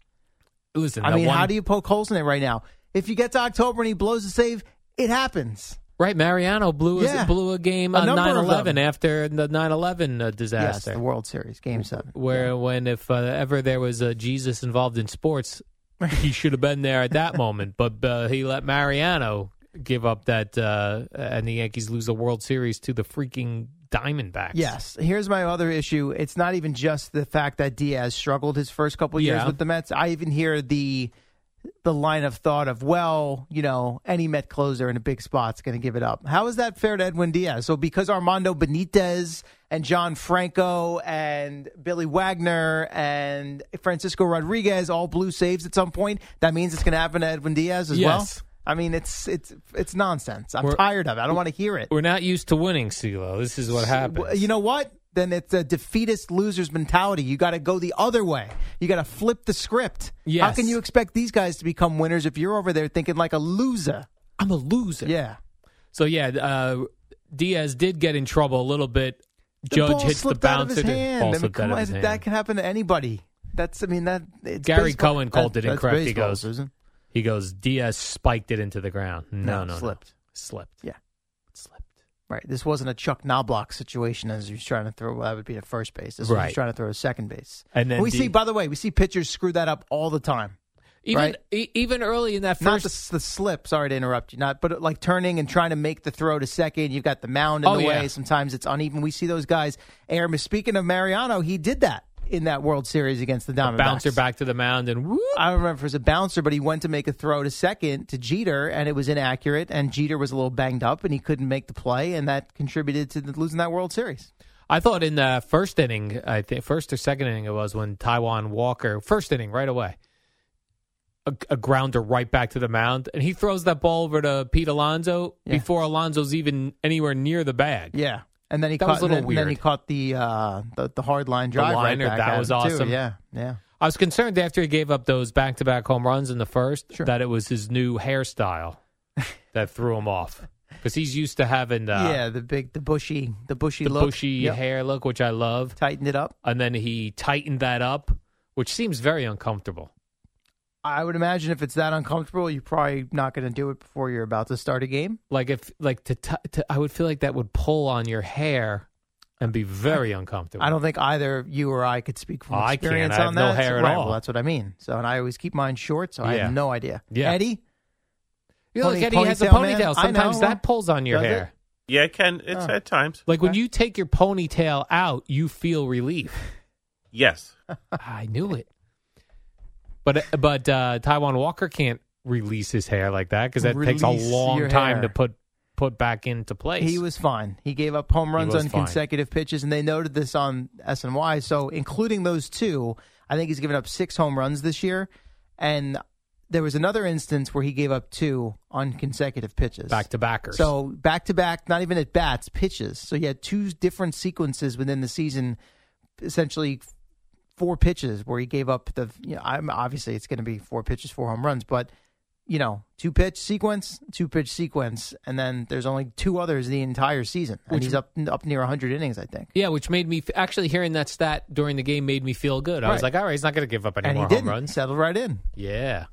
S2: Listen,
S8: I
S2: that
S8: mean,
S2: one-
S8: how do you poke holes in it right now? If you get to October and he blows a save, it happens.
S2: Right, Mariano blew his-
S8: Yeah.
S2: blew a game
S8: A
S2: on
S8: number of
S2: 9/11
S8: them.
S2: after the 9/11 uh, disaster.
S8: Yes, the World Series, Game 7.
S2: where when if uh, ever there was a Jesus involved in sports, he should have been there at that moment. But uh, he let Mariano give up that, uh, and the Yankees lose the World Series to the freaking Diamondbacks.
S8: Yes. Here's my other issue. It's not even just the fact that Diaz struggled his first couple years
S2: Yeah.
S8: with the Mets. I even hear the the line of thought of, well, you know, any Met closer in a big spot's going to give it up. How is that fair to Edwin Diaz? So because Armando Benitez and John Franco and Billy Wagner and Francisco Rodriguez all blew saves at some point, that means it's going to happen to Edwin Diaz as
S2: Yes.
S8: well. I mean, it's it's it's nonsense. I'm
S2: We're-
S8: tired of it. I don't want to hear it.
S2: We're not used to winning, CeeLo. This is what happens.
S8: Well, You know what? Then it's a defeatist loser's mentality. You got to go the other way. You got to flip the script. How
S2: Yes.
S8: can you expect these guys to become winners if you're over there thinking like a loser?
S2: I'm a loser.
S8: Yeah.
S2: So yeah, uh, Diaz did get in trouble a little bit. Judge
S8: ball
S2: hits the
S8: slipped out of
S2: bouncer.
S8: his
S2: the
S8: hand.
S2: ball
S8: I mean,
S2: slipped out of
S8: come on,
S2: his hand.
S8: That can happen to anybody. That's I mean that it's
S2: Gary
S8: baseball.
S2: Cohen called
S8: That-
S2: it
S8: that's
S2: incorrect.
S8: baseball,
S2: he goes,
S8: Susan.
S2: he goes. Diaz spiked it into the ground. No,
S8: No,
S2: no, no.
S8: slipped.
S2: slipped.
S8: Yeah.
S2: slipped.
S8: Right. This wasn't a Chuck Knobloch situation as he was trying to throw. Well, that would be the first base. This was
S2: Right.
S8: he's trying to throw a second base.
S2: And then
S8: we
S2: D-
S8: see. By the way, we see pitchers screw that up all the time.
S2: Even
S8: right?
S2: e- even early in that
S8: not
S2: first
S8: the, s- the slip. Sorry to interrupt you. Not, but uh, like turning and trying to make the throw to second. You've got the mound in
S2: Oh,
S8: the
S2: yeah.
S8: way. Sometimes it's uneven. We see those guys. Aaron, speaking of Mariano, he did that in that World Series against the Diamondbacks.
S2: bouncer back to the mound and whoop.
S8: I don't remember if it was a bouncer, but he went to make a throw to second to Jeter, and it was inaccurate. And Jeter was a little banged up, and he couldn't make the play, and that contributed to the, losing that World Series.
S2: I thought in the first inning, I think first or second inning it was when Taiwan Walker first inning right away, a, a grounder right back to the mound, and he throws that ball over to Pete Alonso
S8: Yeah.
S2: before Alonso's even anywhere near the bag.
S8: Yeah, and then he
S2: That
S8: caught
S2: was a little
S8: and then, then he
S2: weird.
S8: caught the uh, the, the hard line drive. right
S2: liner,
S8: back
S2: that
S8: at
S2: was
S8: him, too.
S2: awesome.
S8: Yeah, yeah.
S2: I was concerned after he gave up those back to back home runs in the first that it was his new hairstyle that threw him off because he's used to having the,
S8: yeah, the big, the bushy, the bushy
S2: Uh, the
S8: look,
S2: bushy
S8: Yep.
S2: hair look, which I love,
S8: tightened it up.
S2: and then he tightened that up, which seems very uncomfortable.
S8: I would imagine if it's that uncomfortable, you're probably not going to do it before you're about to start a game.
S2: like if like to, t- to I would feel like that would pull on your hair and be very uncomfortable.
S8: I don't think either you or I could speak from
S2: Oh, I can't.
S8: experience
S2: I have
S8: on
S2: no
S8: that.
S2: hair at
S8: Right,
S2: all.
S8: Well, that's what I mean. So, and I always keep mine short, so I
S2: Yeah.
S8: have no idea.
S2: Yeah.
S8: Eddie,
S2: You know, like
S8: Pony-
S2: Eddie has a
S8: ponytail man.
S2: ponytail.
S8: I
S2: Sometimes
S8: know.
S2: that pulls on your
S8: Does it?
S2: hair.
S10: Yeah, it can. It's
S8: Oh.
S10: at times.
S2: Like when you take your ponytail out, you feel relief.
S10: Yes.
S2: I knew it. But but uh, Taiwan Walker can't release his hair like that because that takes a
S8: Release
S2: long
S8: your
S2: time
S8: hair.
S2: to put put back into place.
S8: He was fine. He gave up home runs
S2: was
S8: on
S2: fine.
S8: consecutive pitches, and they noted this on SNY. So, including those two, I think he's given up six home runs this year. And there was another instance where he gave up two on consecutive pitches,
S2: back to backers.
S8: So back to back, not even at bats, pitches. So he had two different sequences within the season, essentially four pitches where he gave up the. You know, I'm obviously it's going to be four pitches, four home runs, but you know, two pitch sequence, two pitch sequence, and then there's only two others the entire season, and
S2: Which-
S8: he's up up near 100 innings, I think.
S2: yeah, which made me f- actually hearing that stat during the game made me feel good. I was
S8: Right.
S2: like, all right, he's not going to give up any
S8: and
S2: more
S8: he
S2: home
S8: didn't
S2: runs.
S8: settle right in.
S2: Yeah.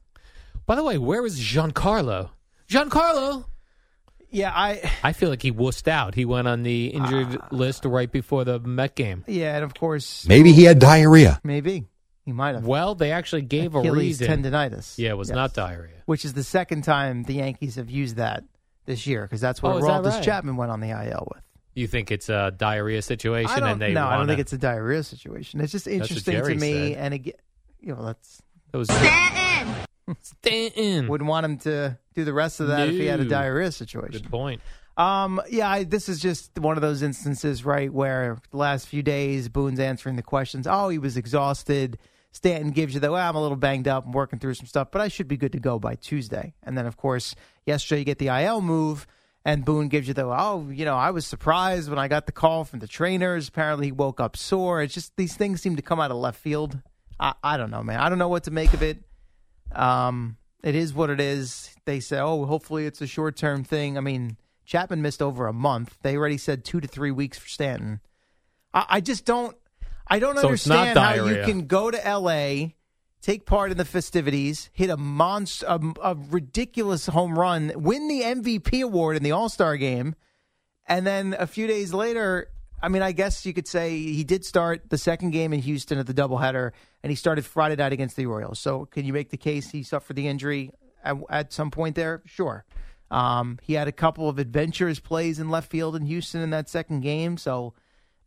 S2: By the way, where was Giancarlo? Giancarlo,
S8: Yeah, I
S2: I feel like he wussed out. He went on the injured
S8: Ah.
S2: list right before the Met game.
S8: yeah, and of course
S3: Maybe he had diarrhea.
S8: maybe he might have.
S2: Well, they actually gave a
S8: Achilles
S2: reason.
S8: tendonitis.
S2: Yeah, it was
S8: Yes.
S2: not diarrhea.
S8: which is the second time the Yankees have used that this year because that's what
S2: Oh, is that
S8: Roaldis
S2: right?
S8: Chapman went on the IL with.
S2: You think it's a diarrhea situation,
S8: I don't
S2: and they
S8: no, I don't
S2: wanna-
S8: think it's a diarrhea situation. It's just
S2: That's what
S8: interesting to
S2: Jerry
S8: me,
S2: said.
S8: and again, you know, that's
S2: That was
S8: Stanton wouldn't want him to do the rest of that if he had a
S2: No.
S8: diarrhea situation.
S2: Good point.
S8: Um, yeah, I, this is just one of those instances, right, where the last few days Boone's answering the questions. Oh, he was exhausted. Stanton gives you the, well, I'm a little banged up. I'm working through some stuff, but I should be good to go by Tuesday. And then, of course, yesterday you get the IL move, and Boone gives you the, oh, you know, I was surprised when I got the call from the trainers. Apparently he woke up sore. It's just these things seem to come out of left field. I, I don't know, man. I don't know what to make of it. Um, it is what it is. They say, oh, hopefully it's a short term thing. I mean, Chapman missed over a month. They already said two to three weeks for Stanton. I, I just don't. I don't
S2: So it's not
S8: understand how you
S2: diarrhea.
S8: can go to L.A., take part in the festivities, hit a monster, a, a ridiculous home run, win the MVP award in the All Star game, and then a few days later, I mean, I guess you could say he did start the second game in Houston at the doubleheader, and he started Friday night against the Orioles. So, can you make the case he suffered the injury at, at some point there? Sure. Um, he had a couple of adventurous plays in left field in Houston in that second game, so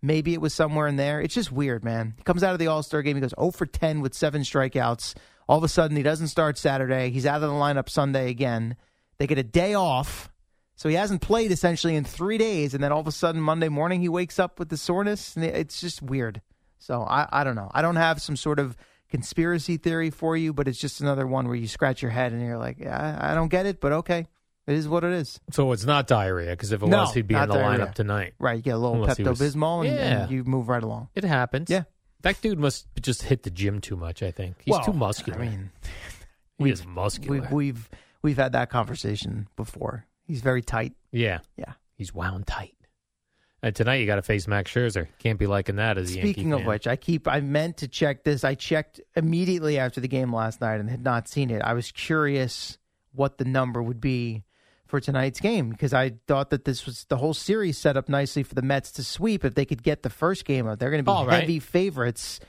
S8: maybe it was somewhere in there. It's just weird, man. He comes out of the All Star game, he goes 0 for 10 with seven strikeouts. All of a sudden, he doesn't start Saturday. He's out of the lineup Sunday again. They get a day off. So he hasn't played essentially in three days, and then all of a sudden Monday morning he wakes up with the soreness, and it- it's just weird. So I, I don't know. I don't have some sort of conspiracy theory for you, but it's just another one where you scratch your head and you're like, yeah, I I don't get it, but okay, it is what it is.
S2: So it's not diarrhea because if it
S8: No,
S2: was, he'd be
S8: not
S2: in the
S8: diarrhea.
S2: lineup tonight.
S8: Right? You get a little
S2: Unless he
S8: Pepto
S2: was-
S8: Bismol, and,
S2: yeah.
S8: and you move right along.
S2: It happens.
S8: Yeah.
S2: That dude must just hit the gym too much, I think. He's
S8: Well,
S2: too muscular.
S8: I mean,
S2: he is muscular.
S8: We've, we've we've had that conversation before. He's very tight.
S2: yeah.
S8: Yeah.
S2: He's wound tight. And tonight you got to face Max Scherzer. Can't be liking that as a Yankee
S8: Speaking of
S2: fan.
S8: which, I keep I meant to check this. I checked immediately after the game last night and had not seen it. I was curious what the number would be for tonight's game because I thought that this was the whole series set up nicely for the Mets to sweep if they could get the first game up. They're going to be
S2: All right.
S8: heavy favorites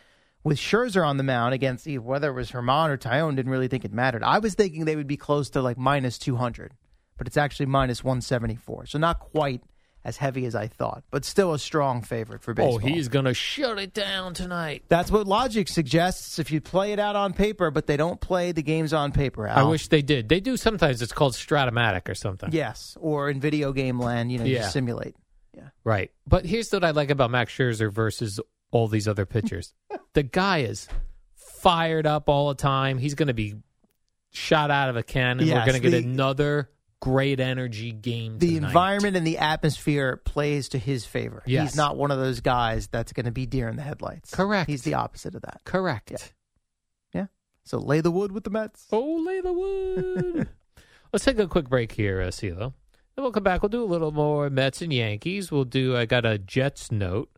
S8: with Scherzer on the mound against whether it was Herman or Tyone didn't really think it mattered. I was thinking they would be close to like minus 200, but it's actually minus 174. So not quite as heavy as I thought, but still a strong favorite for baseball.
S2: oh, he's going to shut it down tonight.
S8: That's what logic suggests if you play it out on paper, but they don't play the games on paper.
S2: I
S8: Al.
S2: wish they did. They do sometimes. It's called Stratomatic or something.
S8: Yes, or in video game land, you know, you
S2: Yeah.
S8: simulate.
S2: Right. But here's what I like about Max Scherzer versus all these other pitchers. the guy is fired up all the time. He's going to be shot out of a cannon.
S8: Yes,
S2: We're going to get
S8: the-
S2: another great energy game
S8: The
S2: tonight.
S8: environment and the atmosphere plays to his favor. He's
S2: Yes.
S8: not one of those guys that's going to be deer in the headlights.
S2: Correct.
S8: He's the opposite of that.
S2: Correct.
S8: So lay the wood with the Mets.
S2: Oh, lay the wood. Let's take a quick break here, uh, CeeLo. Then we'll come back. We'll do a little more Mets and Yankees. We'll do, I got a Jets note.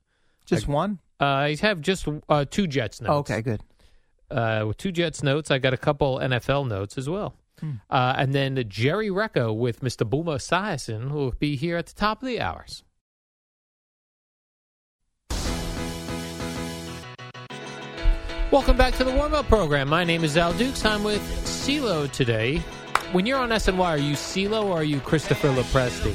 S8: Just one?
S2: Uh, I have just uh, two Jets notes.
S8: Okay, good.
S2: uh, with two Jets notes. I got a couple NFL notes as well. Uh, and then Jerry Recco with Mr. Boomer Esiason, who will be here at the top of the hours. Welcome back to the warm up program. My name is Al Dukes. I'm with CeeLo today. When you're on SNY, are you CeeLo or are you Christopher Lepresti?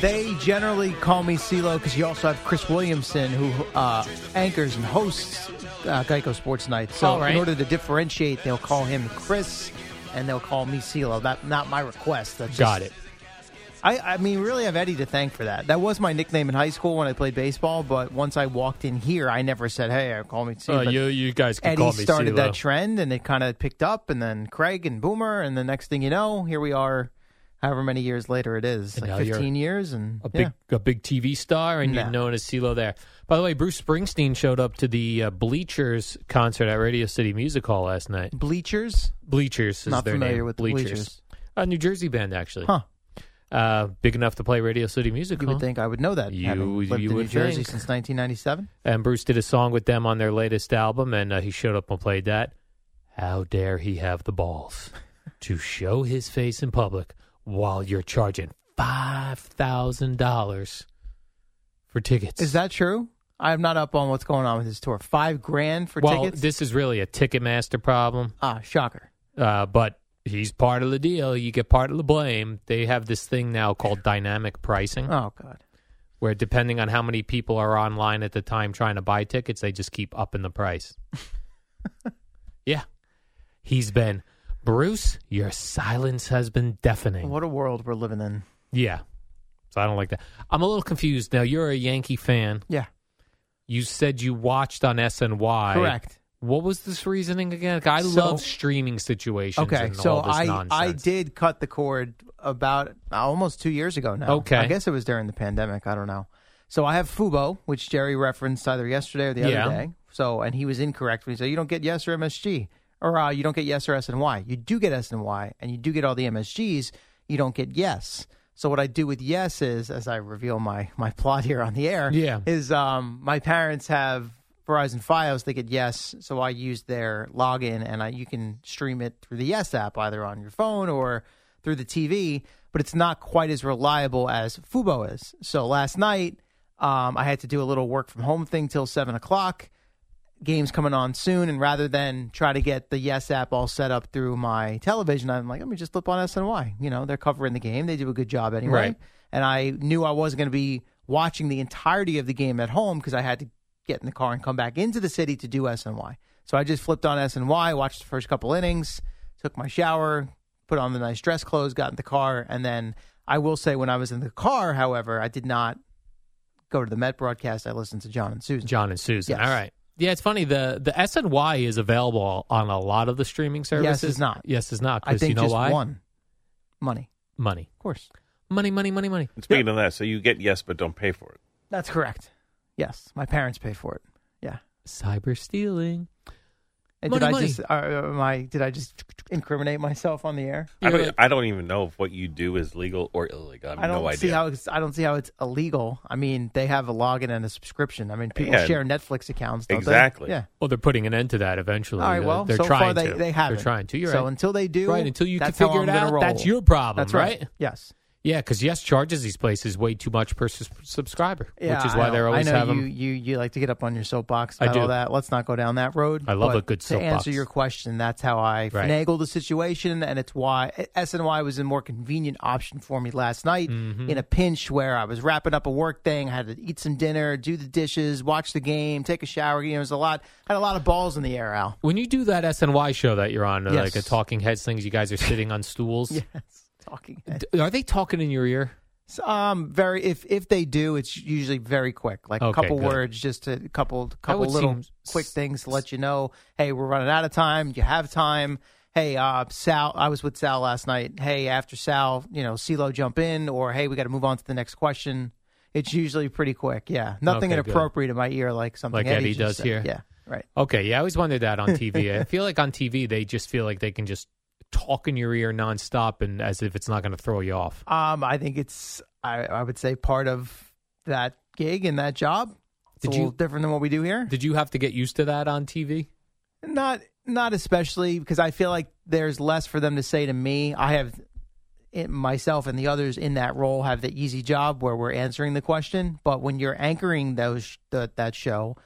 S8: They generally call me CeeLo because you also have Chris Williamson, who uh, anchors and hosts uh, Geico Sports Night. So
S2: All right.
S8: in order to differentiate, they'll call him Chris, and they'll call me CeeLo. That not my request. That's just-
S2: Got it.
S8: I, I mean, really, I have Eddie to thank for that. That was my nickname in high school when I played baseball. But once I walked in here, I never said, "Hey, uh, call me CeeLo."
S2: Oh, you, you guys can
S8: Eddie
S2: call me
S8: started
S2: CeeLo.
S8: that trend, and it kind of picked up, and then Craig and Boomer, and the next thing you know, here we are. However many years later it is,
S2: And
S8: like
S2: now you're
S8: fifteen years, and
S2: a
S8: yeah.
S2: big a big TV star, and
S8: Nah.
S2: you're known as CeeLo there. By the way, Bruce Springsteen showed up to the uh, Bleachers concert at Radio City Music Hall last night.
S8: Bleachers?
S2: Bleachers is
S8: Not
S2: their
S8: familiar
S2: name.
S8: with the
S2: Bleachers.
S8: Bleachers.
S2: A New Jersey band, actually.
S8: Huh.
S2: Uh, big enough to play Radio City Music
S8: You
S2: Hall.
S8: would think I would know that.
S2: You-
S8: having lived
S2: you
S8: in New
S2: would
S8: Jersey
S2: think.
S8: since 1997.
S2: And Bruce did a song with them on their latest album, and uh, he showed up and played that. How dare he have the balls to show his face in public while you're charging $5,000 for tickets.
S8: Is that true? I'm not up on what's going on with this tour. Five grand for
S2: well,
S8: tickets?
S2: this is really a Ticketmaster problem.
S8: Ah, shocker.
S2: Uh, but he's part of the deal. You get part of the blame. They have this thing now called dynamic pricing.
S8: Oh, God.
S2: Where depending on how many people are online at the time trying to buy tickets, they just keep upping the price. yeah. He's been, Bruce, your silence has been deafening.
S8: What a world we're living in.
S2: Yeah. So I don't like that. I'm a little confused. Now, you're a Yankee fan.
S8: Yeah.
S2: You said you watched on SNY.
S8: Correct.
S2: What was this reasoning again? Like, I
S8: So-
S2: love streaming situations
S8: Okay,
S2: and
S8: so
S2: all this
S8: I I
S2: nonsense.
S8: did cut the cord about almost two years ago now.
S2: Okay.
S8: I guess it was during the pandemic. I don't know. So I have Fubo, which Jerry referenced either yesterday or the
S2: Yeah.
S8: other day. So and he was incorrect when he said you don't get yes or MSG or uh, you don't get yes or SNY. You do get SNY and you do get all the MSGs. You don't get yes. So what I do with yes is, as I reveal my my plot here on the air,
S2: Yeah.
S8: is um my parents have Verizon Fios. They get Yes, so I use their login, and I you can stream it through the Yes app either on your phone or through the TV. But it's not quite as reliable as Fubo is. So last night, um, I had to do a little work from home thing till seven o'clock. Games coming on soon, and rather than try to get the Yes app all set up through my television, I'm like, let me just flip on SNY. You know, they're covering the game; they do a good job anyway
S2: Right.
S8: and I knew I wasn't going to be watching the entirety of the game at home because I had to get in the car and come back into the city to do SNY. So I just flipped on SNY, watched the first couple innings, took my shower, put on the nice dress clothes, got in the car, and then I will say when I was in the car, however, I did not go to the Met broadcast. I listened to John and Susan.
S2: John and Susan.
S8: Yes.
S2: All right. Yeah, it's funny. The the SNY is available on a lot of the streaming services.
S8: it's not.
S2: Yes, it's not.
S8: I
S2: 'cause
S8: think
S2: you know
S8: just
S2: why?
S8: one money,
S2: Money.
S8: of course.
S2: Money, money, money, money.
S10: And speaking of that, so you get yes, but don't pay for it.
S8: That's correct. Yes, my parents pay for it. Yeah.
S2: Cyber stealing.
S8: And
S2: Money,
S8: did I
S2: money.
S8: just are, am I, did I just incriminate myself on the air?
S10: I don't, I don't even know if what you do is legal or illegal. I have
S8: I don't
S10: no idea.
S8: see how it's, I don't see how it's illegal. I mean, they have a login and a subscription. I mean, people
S2: Yeah.
S8: share Netflix accounts. Don't They? Yeah.
S2: Well, they're putting an end to that eventually.
S8: All right.
S2: They're-
S8: Well,
S2: they're
S8: so
S2: trying
S8: far they
S2: to.
S8: they haven't.
S2: They're trying to. You're
S8: so
S2: right.
S8: until they do,
S2: right until you
S8: that's
S2: can
S8: how
S2: figure
S8: I'm
S2: it
S8: gonna
S2: out.
S8: roll.
S2: That's your problem,
S8: That's right.
S2: right?
S8: Yes.
S2: Yeah, because yes charges these places way too much per sus- subscriber,
S8: Yeah,
S2: which is
S8: I
S2: why
S8: know.
S2: they're always
S8: I know
S2: having.
S8: you, you you like to get up on your soapbox.
S2: I
S8: About
S2: do.
S8: All that. Let's not go down that road.
S2: I love
S8: But
S2: a good
S8: To
S2: soapbox.
S8: answer your question, that's how I
S2: Right.
S8: finagle the situation, and it's why SNY was a more convenient option for me last night
S2: Mm-hmm.
S8: in a pinch where I was wrapping up a work thing. I had to eat some dinner, do the dishes, watch the game, take a shower. You know, it was a lot. Had a lot of balls in the air, Al.
S2: When you do that SNY show that you're on, uh, like a
S8: Yes.
S2: talking heads things, you guys are sitting on stools.
S8: Yes, talking. heads.
S2: D- Are they talking in your ear?
S8: So, um, very. If if they do, it's usually very quick, like a
S2: Okay,
S8: couple
S2: good.
S8: words, just a couple couple
S2: would
S8: little
S2: seem
S8: quick things to let you know. Hey, we're running out of time. You have time. Hey, uh, Sal. I was with Sal last night. Hey, after Sal, you know, CeeLo jump in, or hey, we got to move on to the next question. It's usually pretty quick. Yeah, nothing
S2: Okay, good.
S8: inappropriate in my ear, like something
S2: Like Eddie
S8: just
S2: does
S8: said.
S2: here?
S8: Yeah, right.
S2: Okay, yeah, I always wondered that on TV. I feel like on TV they just feel like they can just talk in your ear nonstop and as if it's not going to throw you off.
S8: Um, I think it's I, I would say part of that gig and that job. It's
S2: Did
S8: a little
S2: you-
S8: different than what we do here.
S2: Did you have to get used to that on TV?
S8: Not not especially because I feel like there's less for them to say to me. I have it, myself and the others in that role have the easy job where we're answering the question, but when you're anchoring those the, that show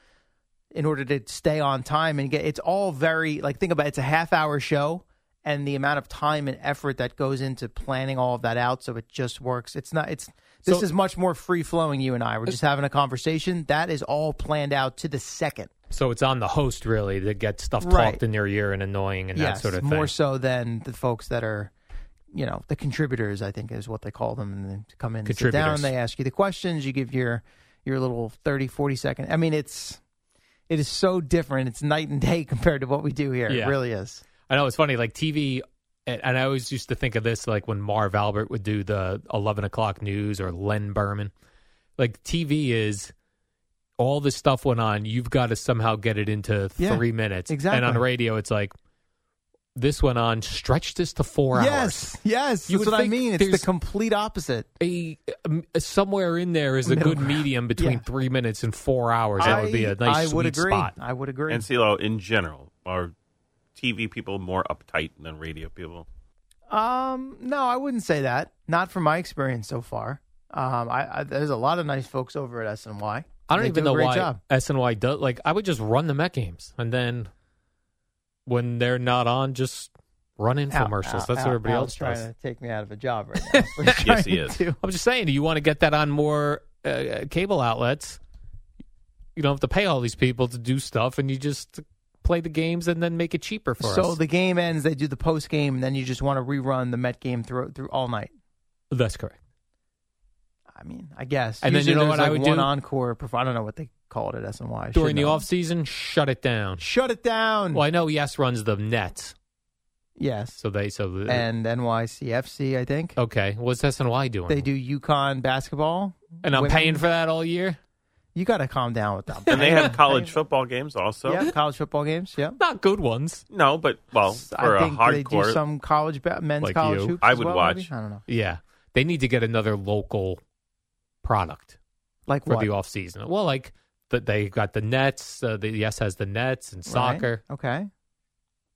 S8: in order to stay on time and get it's all very like think about it, it's a half hour show and the amount of time and effort that goes into planning all of that out so it just works. It's not it's this
S2: So-
S8: is much more free flowing you and I. We're just having a conversation. That is all planned out to the second.
S2: So it's on the host really to get stuff
S8: Right.
S2: talked in their ear and annoying and that
S8: yes,
S2: sort of thing.
S8: more so than the folks that are, you know, the contributors. I think is what they call them, and they come in, and sit down,
S2: Contributors.
S8: they ask you the questions, you give your your little 30, 40 second. I mean, it's it is so different. It's night and day compared to what we do here.
S2: Yeah.
S8: It really is.
S2: I know it's funny. Like TV, and and I always used to think of this like when Marv Albert would do the eleven o'clock news or Len Berman. Like TV is all this stuff went on. You've got to somehow get it into
S8: Yeah,
S2: three minutes. And on
S8: exactly.
S2: radio, it's like this went on. Stretch this to four hours.
S8: yes, yes,
S2: You
S8: that's
S2: would
S8: what I
S2: think
S8: mean. It's the
S2: there's
S8: complete opposite.
S2: A, um, somewhere in there is a
S8: Middle
S2: good
S8: ground.
S2: medium between
S8: Yeah.
S2: three minutes and four hours. that would be a nice
S8: I would
S2: sweet
S8: agree.
S2: spot.
S8: I would agree.
S10: And CeeLo, in general, are TV people more uptight than radio people?
S8: Um, no, I wouldn't say that. Not from my experience so far. Um, I, I there's a lot of nice folks over at SNY.
S2: I don't
S8: They
S2: even
S8: do a
S2: know
S8: great
S2: why
S8: job.
S2: SNY does. Like, I would just run the Met games, and then when they're not on, just run
S8: Al-
S2: infomercials.
S8: Al-
S2: That's what
S8: Al-
S2: everybody
S8: Al's
S2: else
S8: trying
S2: does.
S8: to take me out of a job right now.
S2: yes, he is. I'm just saying, do you want to get that on more uh, cable outlets? You don't have to pay all these people to do stuff, and you just play the games and then make it cheaper for
S8: so
S2: us.
S8: the game ends. They do the post game, and then you just want to rerun the Met game through through all night.
S2: That's correct.
S8: I mean, I guess.
S2: And then
S8: Usually
S2: you know
S8: there's,
S2: what I
S8: like,
S2: would
S8: one
S2: do?
S8: encore. Perf- I don't know what they call it at SNY. I
S2: During
S8: should
S2: the
S8: know.
S2: off season, shut it down.
S8: Shut it down.
S2: Well, I know ES runs the Nets,
S8: yes,
S2: so they so the,
S8: and NYCFC, I think
S2: okay. What's SNY doing?
S8: they do Yukon basketball,
S2: and I'm
S8: Women-
S2: paying for that all year.
S8: You got to calm down with that.
S10: And they have college football games also.
S8: yeah, college football games. Yeah,
S2: Not good ones.
S10: No, but well, for
S8: I
S10: a
S8: think they do
S10: hardcore,
S8: some college ba- men's
S2: Like
S8: college
S2: you.
S8: hoops.
S10: I
S8: as
S10: would
S8: well,
S10: watch.
S8: maybe? I don't know.
S2: Yeah, they need to get another local product
S8: Like
S2: for
S8: what?
S2: the off season. Well, like the, they got the Nets. Uh, the yes has the Nets and soccer.
S8: Right. Okay.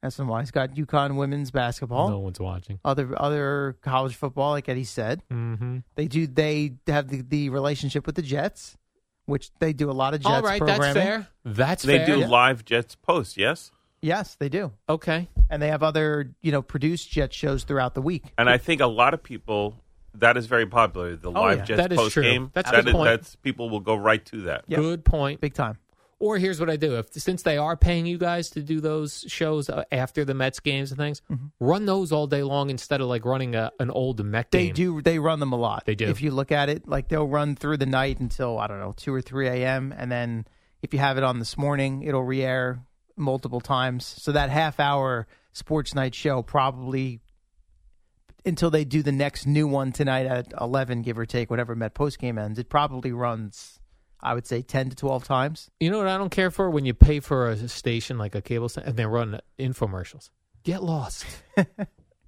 S8: SNY's got UConn women's basketball.
S2: No one's watching.
S8: Other other college football, like Eddie said,
S2: Mm-hmm.
S8: they do. They have the, the relationship with the Jets, which they do a lot of Jets
S2: all right, that's
S8: programming.
S2: fair. That's
S10: they
S2: fair.
S10: do live Jets posts. Yes,
S8: Yes, they do,
S2: Okay.
S8: and they have other you know produced Jet shows throughout the week.
S10: and I think a lot of people that is very popular. The live
S8: yeah.
S10: Jets
S2: Oh, That is
S10: post
S2: true.
S10: game.
S2: That's a
S10: that
S2: good
S10: is-
S2: point.
S10: that's people will go right to that.
S8: Yep.
S2: Good point.
S8: Big time.
S2: Or here's what I do: if since they are paying you guys to do those shows uh, after the Mets games and things,
S8: Mm-hmm.
S2: run those all day long instead of like running a, an old Met
S8: They
S2: game.
S8: do. They run them a lot.
S2: They do.
S8: If you look at it, like they'll run through the night until I don't know two or three a.m. and then if you have it on this morning, it'll re-air multiple times. So that half-hour sports night show probably until they do the next new one tonight at eleven, give or take, whatever Met post game ends. It probably runs, I would say, ten to twelve times.
S2: You know what I don't care for when you pay for a station like a cable sta- and they run infomercials. Get lost.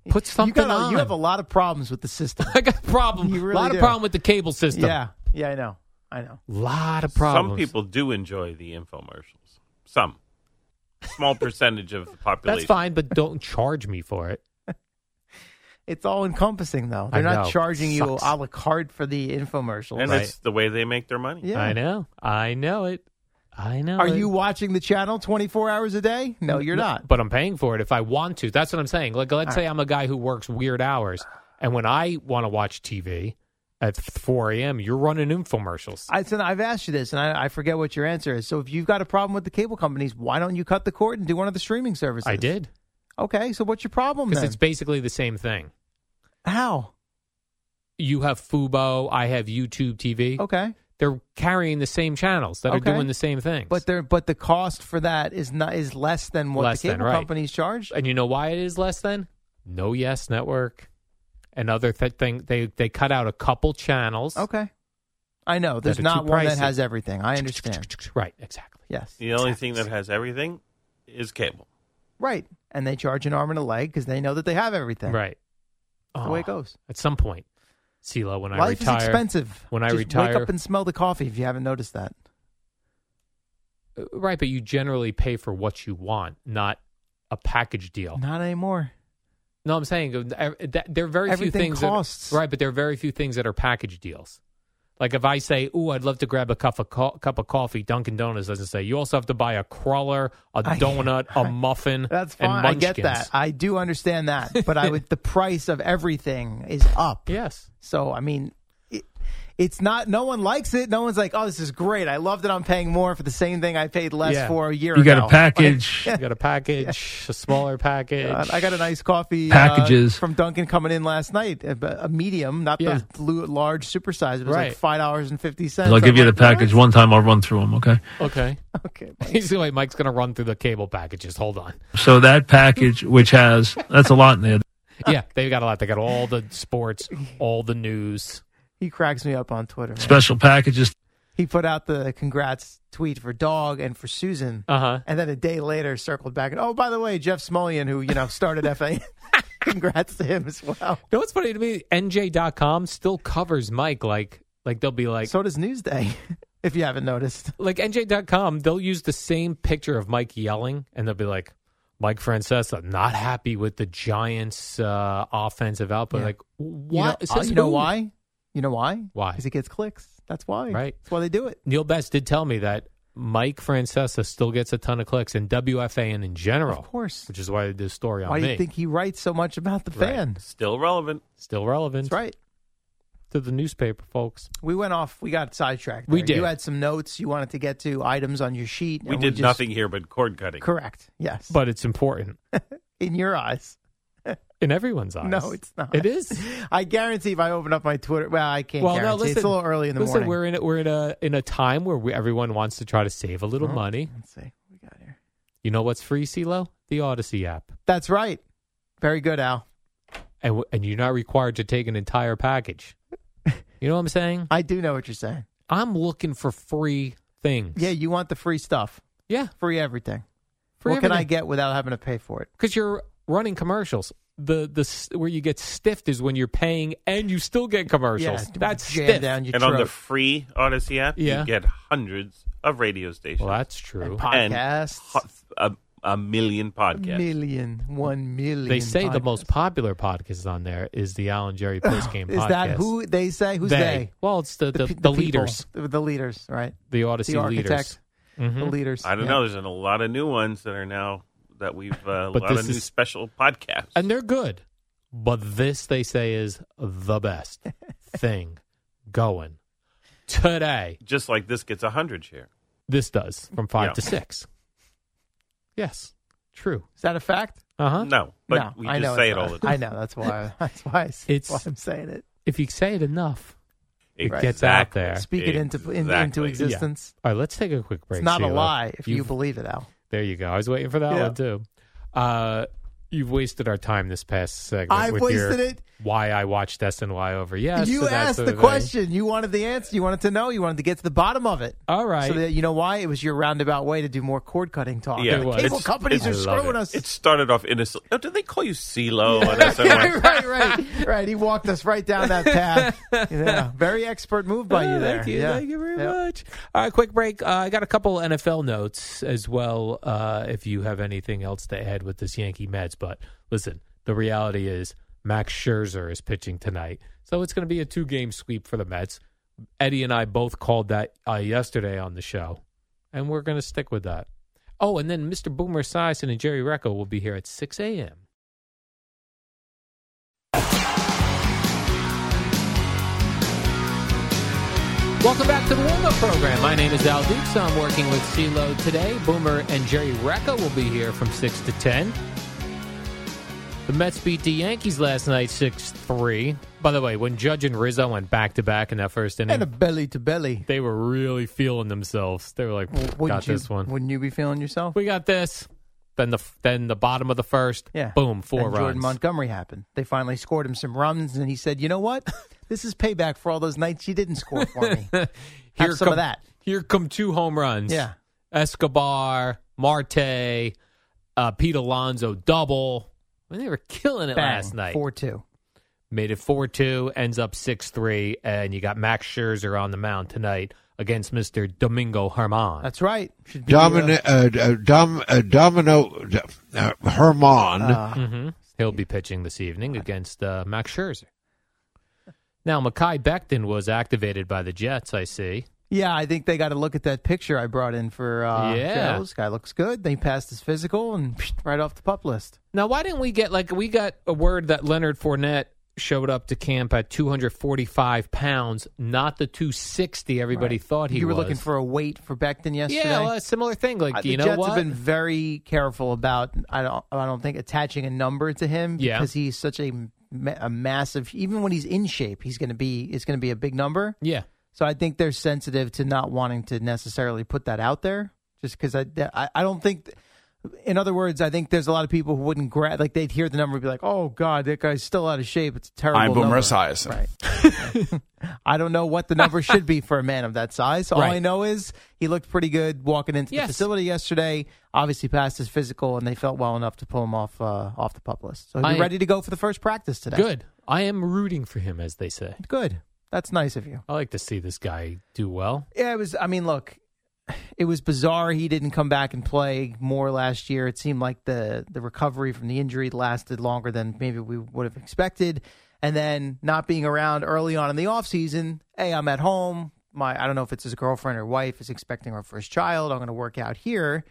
S2: Put something
S8: you, gotta-
S2: on.
S8: you have a lot of problems with the system.
S2: I got a problem.
S8: You
S2: A
S8: really
S2: lot
S8: do.
S2: of problem with the cable system.
S8: Yeah, yeah, I know, I know.
S2: lot of problems.
S10: Some people do enjoy the infomercials. Some small percentage of the
S2: That's
S10: population.
S2: fine, but don't charge me for it.
S8: It's all encompassing though.
S2: I
S8: They're not
S2: know.
S8: charging you
S2: Sucks.
S8: a la carte for the infomercials.
S10: And
S2: Right.
S10: it's the way they make their money.
S8: Yeah.
S2: I know. I know it. I know.
S8: Are
S2: it.
S8: you watching the channel 24 hours a day? No, you're not.
S2: But I'm paying for it if I want to. That's what I'm saying. Like, let's say I'm a guy who works weird hours, and when I want to watch TV at 4 a.m., you're running infomercials.
S8: I, so I've asked you this, and I, I forget what your answer is. So if you've got a problem with the cable companies, why don't you cut the cord and do one of the streaming services?
S2: I did
S8: Okay, so what's your problem
S2: because
S8: then?
S2: it's basically the same thing.
S8: How?
S2: You have Fubo, I have YouTube TV.
S8: Okay,
S2: They're carrying the same channels that
S8: Okay.
S2: are doing the same things.
S8: but they but the cost for that is not is less than what
S2: Less
S8: the
S2: than,
S8: cable
S2: right.
S8: companies charge.
S2: and you know why it is less than no yes network and other th- thing they they cut out a couple channels
S8: Okay, I know. There's
S2: are too
S8: not one that
S2: pricey.
S8: has everything. I understand.
S2: right exactly
S8: Yes,
S10: The only thing that has everything is cable.
S8: right. And they charge an arm and a leg because they know that they have everything.
S2: right
S8: That's the way it goes.
S2: at some point Sila, when I
S8: Life
S2: retire,
S8: is expensive.
S2: When I
S8: Just
S2: retire,
S8: wake up and smell the coffee if you haven't noticed that.
S2: uh, right? But you generally pay for what you want, not a package deal.
S8: Not anymore.
S2: No, I'm saying uh, ev- that- there are very
S8: Everything
S2: few things.
S8: costs.
S2: That, right, but there are very few things that are package deals. Like if I say, "Ooh, I'd love to grab a cup of co- cup of coffee," Dunkin' Donuts doesn't say you also have to buy a cruller, a
S8: I-
S2: donut, a muffin,
S8: That's
S2: and
S8: fine. I get
S2: munchkins.
S8: that. I do understand that, but I would. The price of everything is up.
S2: Yes,
S8: So I mean, it, it's not. No one likes it. No one's like, "Oh, this is great. I love that I'm paying more for the same thing I paid less
S2: Yeah.
S8: for a year
S11: You
S8: ago."
S11: got a package.
S2: you got a package, a smaller package.
S8: Uh, I got a nice coffee uh,
S11: Packages.
S8: from Dunkin' coming in last night. A, a medium, not
S2: Yeah.
S8: the blue, large supersize. It was like
S2: Right.
S8: five dollars and fifty cents.
S11: I'll give you the package one time. I'll run through them. Okay.
S2: Okay,
S8: Okay,
S2: he's like Mike's going to run through the cable packages. Hold on.
S11: So that package, which has that's a lot in there.
S2: Yeah, they've got a lot. They got all the sports, all the news.
S8: he cracks me up on Twitter. man.
S11: Special packages.
S8: He put out the congrats tweet for Dog and for Susan.
S2: Uh huh.
S8: And then a day later, circled back and oh, by the way, Jeff Smolian, who you know started FA, congrats to him as well.
S2: You know what's funny to me? NJ.com still covers Mike like like they'll be like
S8: So does Newsday, if you haven't noticed.
S2: like NJ.com, they'll use the same picture of Mike yelling and they'll be like, Mike Francesa not happy with the Giants' uh, offensive output.
S8: Yeah.
S2: Like
S8: You know,
S2: what?
S8: uh,
S2: Says
S8: you know
S2: who?
S8: why? You know why?
S2: Why?
S8: Because it gets clicks. That's why.
S2: Right.
S8: That's why they do it.
S2: Neil Best did tell me that Mike Francesa still gets a ton of clicks in WFAN in general. Of
S8: course.
S2: Which is why I did a story on
S8: Why
S2: me.
S8: do you think he writes so much about the
S2: Right.
S8: fan?
S10: Still relevant.
S2: Still relevant.
S8: That's right.
S2: To the newspaper, folks.
S8: We went off. We got sidetracked.
S2: We
S8: there.
S2: did.
S8: You had some notes you wanted to get to, items on your sheet.
S10: We
S8: and
S10: did
S8: just-
S10: nothing here but cord cutting.
S8: Correct. Yes.
S2: But it's important.
S8: In your eyes.
S2: in everyone's eyes.
S8: No, it's not.
S2: It is.
S8: I guarantee if I open up my Twitter, well, I can't guarantee. it's a little early in the
S2: listen,
S8: morning.
S2: We're in we're in a in a time where we, everyone wants to try to save a little
S8: Oh,
S2: money.
S8: Let's see. We got here.
S2: You know what's free, CeeLo? The Odyssey app,
S8: That's right. Very good, Al.
S2: and w- and you're not required to take an entire package. You know what I'm saying?
S8: I do know what you're saying.
S2: I'm looking for free things.
S8: Yeah, you want the free stuff.
S2: Yeah,
S8: Free everything.
S2: Free
S8: what can I
S2: everything.
S8: get without having to pay for it?
S2: because you're running commercials. The the s- where you get stiffed is when you're paying and you still get commercials.
S8: Yeah,
S2: That's
S8: jam
S2: stiff.
S8: down your
S10: and on the free Odyssey app,
S2: Yeah.
S10: you get hundreds of radio stations.
S2: well, that's true.
S10: And
S8: podcasts.
S10: ho- a, a million podcasts.
S8: Million, one million.
S2: They say the
S8: podcasts.
S2: most popular podcast on there is the Alan Jerry post game
S8: Is
S2: podcast.
S8: that who they say? Who's
S2: They.
S8: they?
S2: Well, it's the- the-
S8: pe-
S2: the
S8: people.
S2: leaders.
S8: the, the leaders, right?
S2: The Odyssey
S8: the
S2: leaders.
S8: architect, the
S2: Mhm.
S8: leaders.
S10: I don't
S8: yeah.
S10: know. There's been a lot of new ones that are now that we've uh, a
S2: But
S10: lot
S2: this
S10: of new
S2: is-
S10: special podcasts.
S2: and they're good. But this, they say, is the best thing going today.
S10: Just like this gets a hundred share.
S2: This does from five
S10: Yeah.
S2: to six. Yes, true.
S8: Is that a fact?
S2: Uh huh.
S10: No, but
S8: no,
S10: we
S8: I
S10: just
S8: know
S10: say it
S8: it's
S10: all
S8: not.
S10: the time.
S8: I know that's why. That's why. I,
S2: It's-
S8: why I'm saying it.
S2: If you say it enough, it
S10: Exactly.
S2: gets out there.
S8: Speak it into in, into
S10: Exactly.
S8: existence.
S2: All right, let's take a quick break.
S8: It's not a
S2: Sheila.
S8: lie if you
S2: You've-
S8: believe it, Al.
S2: There you go. I was waiting for that
S8: Yeah.
S2: one too. Uh, you've wasted our time this past segment.
S8: I've
S2: with your
S8: wasted it?
S2: Why I watched SNY over yes.
S8: you
S2: and that
S8: asked
S2: sort
S8: the
S2: of thing.
S8: question. You wanted the answer. You wanted to know. You wanted to get to the bottom of it.
S2: All right.
S8: So that you know why it was your roundabout way to do more cord cutting talk.
S10: Yeah,
S8: The
S10: it's-
S8: cable companies are
S10: it's- I love
S8: screwing
S10: it.
S8: us.
S10: It started off innocently. Oh, did they call you CeeLo on SNY?
S8: right, right, right. He walked us right down that path. Yeah, very expert move by you
S2: Ah,
S8: there.
S2: Thank you,
S8: Yeah.
S2: thank you very
S8: Yeah.
S2: much. All right, quick break. Uh, I got a couple NFL notes as well. Uh, if you have anything else to add with this Yankee Mets, but listen, the reality is Max Scherzer is pitching tonight, so it's going to be a two-game sweep for the Mets. Eddie and I both called that uh, yesterday on the show, and we're going to stick with that. Oh, and then Mr. Boomer Sison and Jerry Recco will be here at six a.m. Welcome back to the warm up program. My name is Al Dukes. I'm working with CeeLo today. Boomer and Jerry Recca will be here from 6 to 10. The Mets beat the Yankees last night 6 3. By the way, when Judge and Rizzo went back to back in that first inning,
S8: And a belly to belly.
S2: they were really feeling themselves. They were like,
S8: Wouldn't
S2: got
S8: you,
S2: this one.
S8: Wouldn't you be feeling yourself?
S2: we got this. Then the then the bottom of the first,
S8: Yeah.
S2: boom, four
S8: and
S2: runs.
S8: Jordan Montgomery happened. They finally scored him some runs, and he said, "You know what? this is payback for all those nights you didn't score for me. Have some
S2: come,
S8: of that."
S2: Here come two home runs.
S8: Yeah.
S2: Escobar, Marte, uh, Pete Alonso double. I mean, they were killing it last night.
S8: four two.
S2: Made it 4 2, ends up 6 3, and you got Max Scherzer on the mound tonight against Mr. Domingo Herman.
S8: That's right. Should be, uh,
S12: Domino, uh, uh, Dom, uh, Domino uh, Herman.
S2: hmm He'll be pitching this evening against uh, Max Scherzer. Now, Makai Becton was activated by the Jets, I see.
S8: yeah, I think they got to look at that picture I brought in for. Uh,
S2: Yeah.
S8: Joe. this guy looks good. They passed his physical and right off the pup list.
S2: Now, why didn't we get like we got a word that Leonard Fournette showed up to camp at 245 pounds, not the 260 everybody
S8: Right.
S2: thought he
S8: You were
S2: was.
S8: looking for a weight for Becton yesterday.
S2: yeah, well, a similar thing. Like,
S8: Uh,
S2: you
S8: the
S2: know
S8: Jets
S2: what?
S8: have been very careful about. I don't. I don't think attaching a number to him
S2: Yeah.
S8: because he's such a, ma- a massive. Even when he's in shape, he's going to be. It's going to be a big number.
S2: yeah,
S8: So I think they're sensitive to not wanting to necessarily put that out there, just because I, I. I don't think. In other words, I think there's a lot of people who wouldn't grab. Like they'd hear the number and be like, "Oh God, that guy's still out of shape. It's a terrible."
S13: I'm Boomer
S8: number."
S13: Esiason.
S8: Right. I don't know what the number should be for a man of that size. All
S13: Right.
S8: I know is he looked pretty good walking into
S2: Yes.
S8: the facility yesterday. Obviously passed his physical, and they felt well enough to pull him off uh, off the pup list. So he'll
S2: I-
S8: be ready to go for the first practice today.
S2: good. I am rooting for him, as they say.
S8: good. That's nice of you.
S2: I like to see this guy do well.
S8: Yeah, it was. I mean, look, it was bizarre he didn't come back and play more last year. It seemed like the the recovery from the injury lasted longer than maybe we would have expected. And then not being around early on in the offseason, hey, I'm at home. My I don't know if it's his girlfriend or wife is expecting our first child. I'm going to work out here.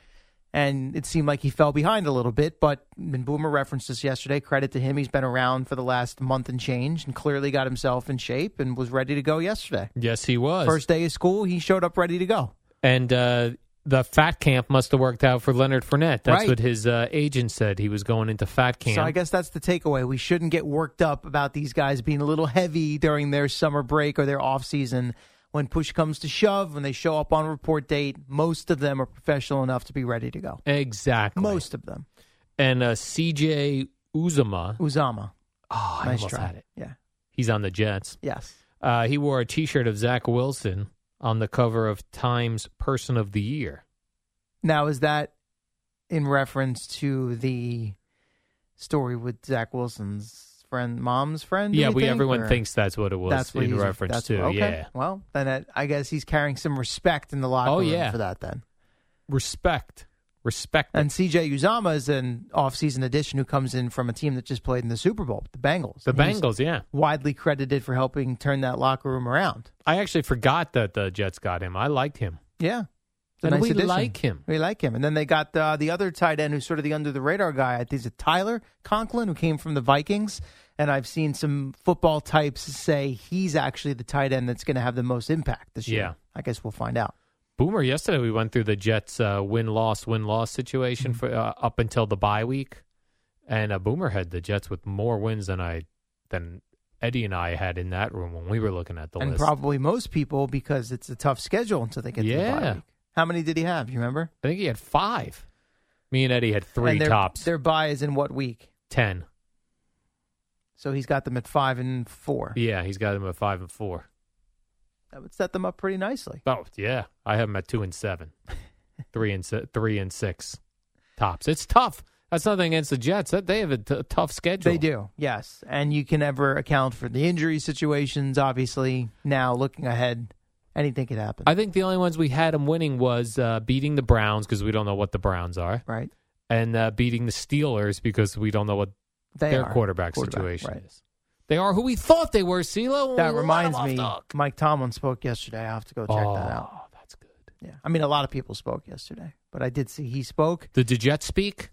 S8: And it seemed like he fell behind a little bit, but and Boomer referenced this yesterday. Credit to him. He's been around for the last month and change and clearly got himself in shape and was ready to go yesterday.
S2: Yes, he was.
S8: First day of school, he showed up ready to go.
S2: And uh, the fat camp must have worked out for Leonard Fournette. That's
S8: Right.
S2: what his uh, agent said. He was going into fat camp.
S8: So I guess that's the takeaway. We shouldn't get worked up about these guys being a little heavy during their summer break or their off season. When push comes to shove, when they show up on report date, most of them are professional enough to be ready to go.
S2: exactly.
S8: Most of them.
S2: And uh, CJ Uzama.
S8: Uzama.
S2: Oh, I
S8: Nice
S2: almost
S8: try.
S2: had it.
S8: Yeah.
S2: He's on the Jets.
S8: Yes.
S2: Uh, he wore a T-shirt of Zach Wilson on the cover of Time's Person of the Year.
S8: Now, is that in reference to the story with Zach Wilson's friend, mom's friend? do
S2: yeah,
S8: you
S2: we
S8: think,
S2: everyone
S8: or-
S2: thinks that's what it was
S8: That's what
S2: in
S8: he's-
S2: reference
S8: that's-
S2: to.
S8: okay.
S2: Yeah.
S8: Well, then it, I guess he's carrying some respect in the locker
S2: Oh,
S8: room
S2: yeah.
S8: for that. Then
S2: respect, respect,
S8: and CJ Uzama is an off-season addition who comes in from a team that just played in the Super Bowl, the Bengals.
S2: The
S8: And he's
S2: Bengals, yeah.
S8: widely credited for helping turn that locker room around.
S2: I actually forgot that the Jets got him. I liked him.
S8: Yeah. It's a
S2: And
S8: nice
S2: we
S8: addition.
S2: like him.
S8: We like him. And then they got uh, the other tight end who's sort of the under the radar guy. I think it's Tyler Conklin, who came from the Vikings. And I've seen some football types say he's actually the tight end that's going to have the most impact this year.
S2: Yeah.
S8: I guess we'll find out.
S2: Boomer, yesterday we went through the Jets uh, win loss win loss
S8: Mm-hmm.
S2: situation for uh, up until the bye week, and uh, Boomer had the Jets with more wins than I than Eddie and I had in that room when we were looking at the
S8: and
S2: list.
S8: probably most people because it's a tough schedule until they get to the bye
S2: Yeah.
S8: week. How many did he have? You remember?
S2: I think he had five. Me and Eddie had three
S8: and their,
S2: tops,
S8: Their bye is in what week?
S2: ten.
S8: So he's got them at five and four.
S2: Yeah, he's got him at five and four.
S8: That would set them up pretty nicely.
S2: Oh yeah, I have him at two and seven, three and se- three and six tops. It's tough. That's nothing against the Jets. That they have a t- tough schedule.
S8: They do, yes. And you can never account for the injury situations, obviously. Now, looking ahead, anything could happen.
S2: I think the only ones we had him winning was uh, beating the Browns because we don't know what the Browns are,
S8: right?
S2: And uh, beating the Steelers because we don't know what
S8: They
S2: their
S8: are.
S2: quarterback,
S8: Quarterback,
S2: situation
S8: right.
S2: is. They are who we thought they were, CeeLo. when
S8: That
S2: we let 'em
S8: reminds
S2: off
S8: me,
S2: the-
S8: Mike Tomlin spoke yesterday. I have to go check that out.
S2: Oh, that's good.
S8: Yeah. I mean, a lot of people spoke yesterday, but I did see he spoke.
S2: Did the Jets speak?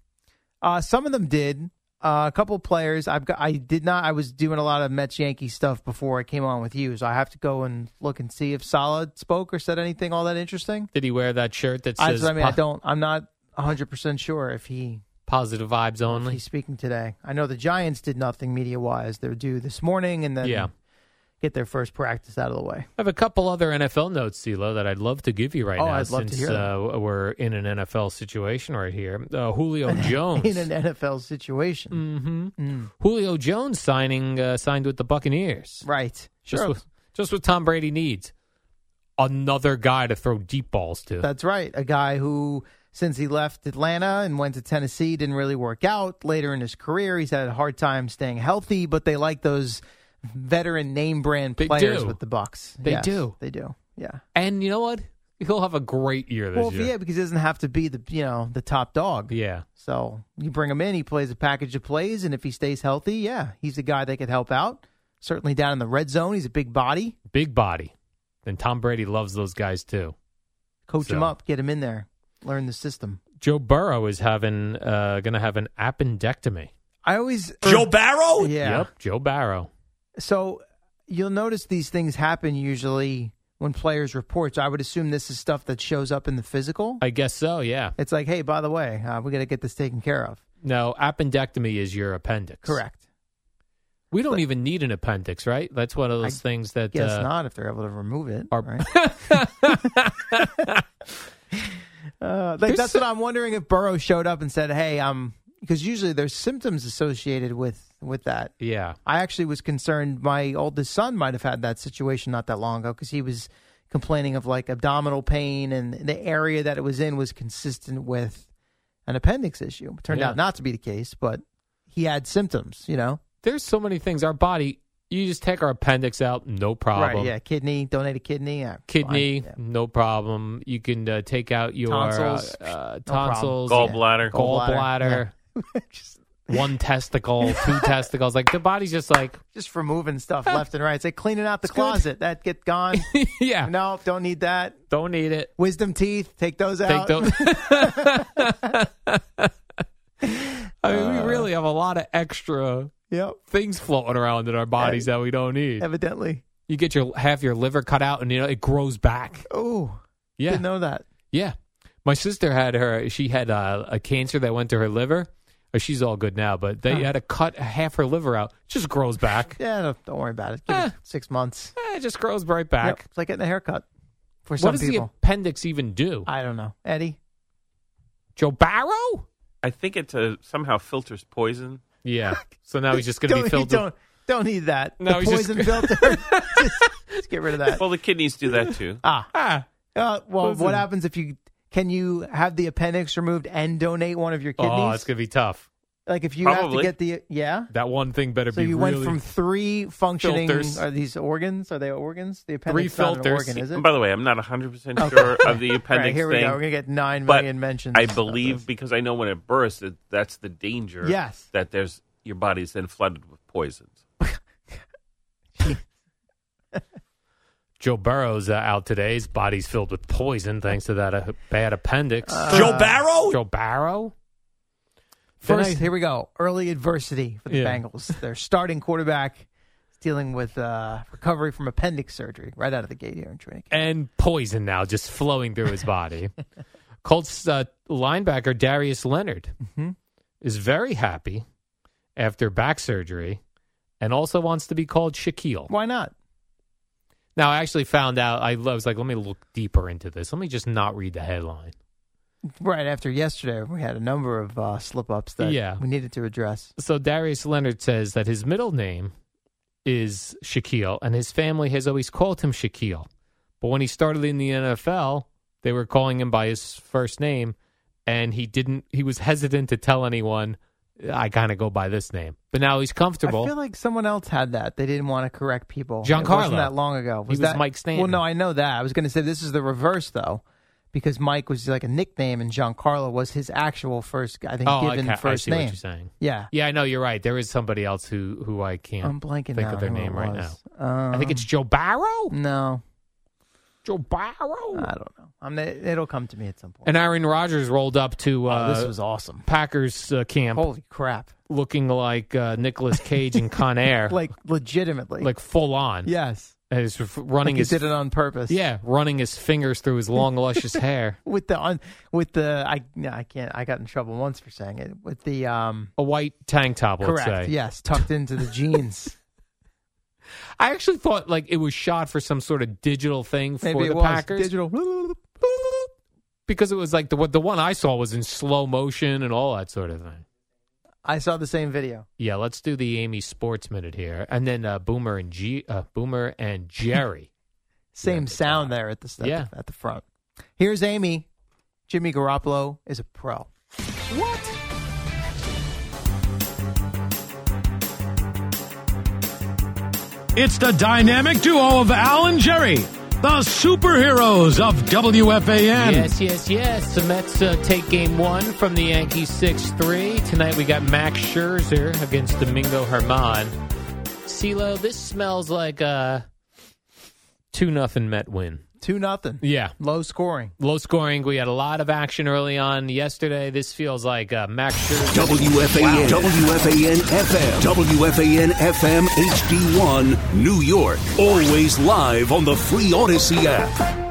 S8: Uh, some of them did. Uh, a couple players. I've got. I did not. I was doing a lot of Mets Yankee stuff before I came on with you, so I have to go and look and see if Salah spoke or said anything all that interesting.
S2: Did he wear that shirt that
S8: I,
S2: says
S8: I mean, I
S2: po-
S8: don't. I'm not 100 percent sure if he
S2: positive vibes
S8: if
S2: only?
S8: he's speaking today. I know the Giants did nothing media wise. They're due this morning, and then
S2: Yeah.
S8: get their first practice out of the way.
S2: I have a couple other NFL notes, CeeLo, that I'd love to give you right
S8: Oh,
S2: now
S8: I'd love to
S2: since
S8: hear
S2: uh, we're in an NFL situation right here. Uh, Julio Jones.
S8: in an NFL
S2: Mm.
S8: situation. Mm-hmm.
S2: Julio Jones signing uh, signed with the Buccaneers.
S8: Right.
S2: Just
S8: Sure.
S2: what, just what Tom Brady needs. Another guy to throw deep balls to.
S8: That's right. A guy who, since he left Atlanta and went to Tennessee, didn't really work out. Later in his career, he's had a hard time staying healthy, but they like those veteran name brand
S2: They
S8: players
S2: do.
S8: with the Bucks.
S2: They
S8: Yes,
S2: do.
S8: They do. Yeah.
S2: and you know what? He'll have a great year this
S8: Well,
S2: year.
S8: yeah, because he doesn't have to be the you know the top dog.
S2: Yeah.
S8: So you bring him in, he plays a package of plays, and if he stays healthy, yeah, he's a guy that could help out. Certainly down in the red zone, he's a big body.
S2: Big body. And Tom Brady loves those guys too.
S8: Coach him
S2: So-
S8: up, get him in there, learn the system.
S2: Joe Burrow is having uh, going to have an appendectomy.
S8: I always
S2: Barrow?
S8: Yeah.
S2: Yep, Joe Barrow.
S8: So you'll notice these things happen usually when players report. So I would assume this is stuff that shows up in the physical.
S2: I guess so, yeah.
S8: It's like, hey, by the way, uh, we got to get this taken care of.
S2: No, appendectomy is your appendix.
S8: Correct.
S2: We don't even need an appendix, right? That's one of those things that
S8: Guess
S2: uh,
S8: not if they're able to remove it.
S2: are-
S8: right? Uh, like that's what I'm wondering if Burrow showed up and said, "Hey, um," because usually there's symptoms associated with with that.
S2: yeah.
S8: I actually was concerned my oldest son might have had that situation not that long ago because he was complaining of like abdominal pain and the area that it was in was consistent with an appendix issue. It turned
S2: Yeah.
S8: out not to be the case, but he had symptoms, you know?
S2: there's so many things our body You just take our appendix out, no problem.
S8: Right, yeah. Kidney, donate a kidney. Yeah,
S2: Kidney, no problem. You can uh, take out your
S8: Tonsils,
S2: uh, uh,
S8: no problem.
S2: tonsils,
S10: Gallbladder.
S2: gallbladder,
S8: Gallbladder,
S2: one testicle, two testicles. Like the body's just like,
S8: Just removing stuff left and right. It's like cleaning out the closet. That get gone.
S2: Ah. yeah.
S8: No, don't need that.
S2: Don't need it.
S8: Wisdom teeth, take those
S2: Take
S8: out.
S2: those. I mean,
S8: Uh.
S2: we really have a lot of extra
S8: Yep.
S2: things floating around in our bodies that we don't need.
S8: Evidently.
S2: You get your half your liver cut out, and you know it grows back.
S8: Oh,
S2: Yeah,
S8: didn't know that.
S2: Yeah. My sister had her, she had uh, a cancer that went to her liver. Uh, She's all good now, but they had to cut half her liver out. Just grows back.
S8: Yeah, don't, don't worry about it. Give
S2: Ah.
S8: it six months.
S2: Eh, it just grows right back.
S8: Yep, It's like getting a haircut for
S2: What
S8: some
S2: does
S8: people.
S2: the appendix even do?
S8: I don't know. Eddie?
S2: Uh, Joe Barrow?
S10: I think it uh, somehow filters poison.
S2: Yeah. So now Oh, he's just going to
S8: Don't-
S2: be
S8: you
S2: filled with.
S8: Don't, don't need that.
S2: No,
S8: the
S2: he's just-
S8: poison filter. just, just get rid of that.
S10: Well, the kidneys do that too.
S8: Ah.
S2: Ah.
S8: Uh, well,
S2: Listen.
S8: what happens if you can you have the appendix removed and donate one of your kidneys?
S2: Oh, it's going to be tough.
S8: like if you
S2: Probably.
S8: have to get the yeah.
S2: That one thing better
S8: So
S2: be
S8: you
S2: really.
S8: went from three functioning.
S2: Filters.
S8: Are these organs? Are they organs? The appendix is not an organ, is it?
S10: By the way, I'm not 100% sure of the appendix
S8: All right, here we
S10: thing.
S8: go. We're gonna get nine
S10: but
S8: million mentions.
S10: I believe because I know when it bursts, it, that's the danger.
S8: Yes.
S10: That there's your body's then flooded with poisons.
S2: Joe Burrow's uh, out today. His body's filled with poison thanks to that uh, bad appendix.
S3: Uh, Joe Barrow?
S2: Joe Barrow?
S8: First,
S2: Then I-
S8: here we go. Early adversity for the
S2: Yeah.
S8: Bengals. Their starting quarterback is dealing with uh, recovery from appendix surgery right out of the gate here in training. camp.
S2: and poison now just flowing through his body. Colts uh, linebacker Darius Leonard is very happy after back surgery and also wants to be called Shaquille.
S8: Why not?
S2: Now, I actually found out, I was like, let me look deeper into this. Let me just not read the headline.
S8: Right after yesterday, we had a number of uh, slip ups that
S2: Yeah.
S8: we needed to address.
S2: So, Darius Leonard says that his middle name is Shaquille, and his family has always called him Shaquille. But when he started in the NFL, they were calling him by his first name, and he didn't. He was hesitant to tell anyone. I kind of go by this name, but now he's comfortable.
S8: I feel like someone else had that. They didn't want to correct people. It
S2: Giancarlo.
S8: wasn't that long ago.
S2: He was
S8: that,
S2: Mike Stanton.
S8: Well, no, I know that. I was going to say this is the reverse though, because Mike was like a nickname and Giancarlo was his actual first, I think,
S2: oh, I
S8: given
S2: ca- I
S8: first
S2: see
S8: name.
S2: what you're saying.
S8: Yeah.
S2: yeah, I know you're right. There is somebody else who who I can't.
S8: I'm blanking
S2: Think
S8: now
S2: of their
S8: who it
S2: name right now.
S8: was. Um,
S2: I think it's Joe Barrow.
S8: no.
S2: Joe Barrow.
S8: I don't know. I'm. It'll come to me at some point.
S2: And Aaron Rodgers rolled up to uh,
S8: this was awesome.
S2: Packers uh, camp
S8: Holy crap!
S2: looking like uh, Nicolas Cage in Con Air,
S8: Like legitimately.
S2: like full on.
S8: yes.
S2: and he's f- running
S8: Like
S2: his
S8: he did it on purpose.
S2: yeah, running his fingers through his long luscious hair.
S8: With the on with the I no, I can't I got in trouble once for saying it with the um
S2: A white tank top, let's
S8: correct
S2: say.
S8: yes tucked into the jeans.
S2: I actually thought like it was shot for some sort of digital thing for
S8: Maybe it
S2: the
S8: was
S2: Packers
S8: digital.
S2: because it was like the what the one I saw was in slow motion and all that sort of thing.
S8: I saw the same video.
S2: Yeah, let's do the Amy Sports Minute here, and then uh, Boomer and G, uh, Boomer and Jerry.
S8: Same sound there at the at the-
S2: Yeah.
S8: at the front. Here's Amy. Jimmy Garoppolo is a pro.
S7: It's the dynamic duo of Al and Jerry, the superheroes of WFAN.
S2: Yes, yes, yes. The Mets uh, take game one from the Yankees 6 3. Tonight we got Max Scherzer against Domingo Herman. CeeLo, this smells like a 2 nothing Met win.
S8: Two nothing.
S2: Yeah.
S8: Low scoring.
S2: Low scoring. We had a lot of action early on yesterday. This feels like uh, Max Scherzer.
S4: WFAN, WFAN FM, WFAN FM HD1, New York. Always live on the free Odyssey app.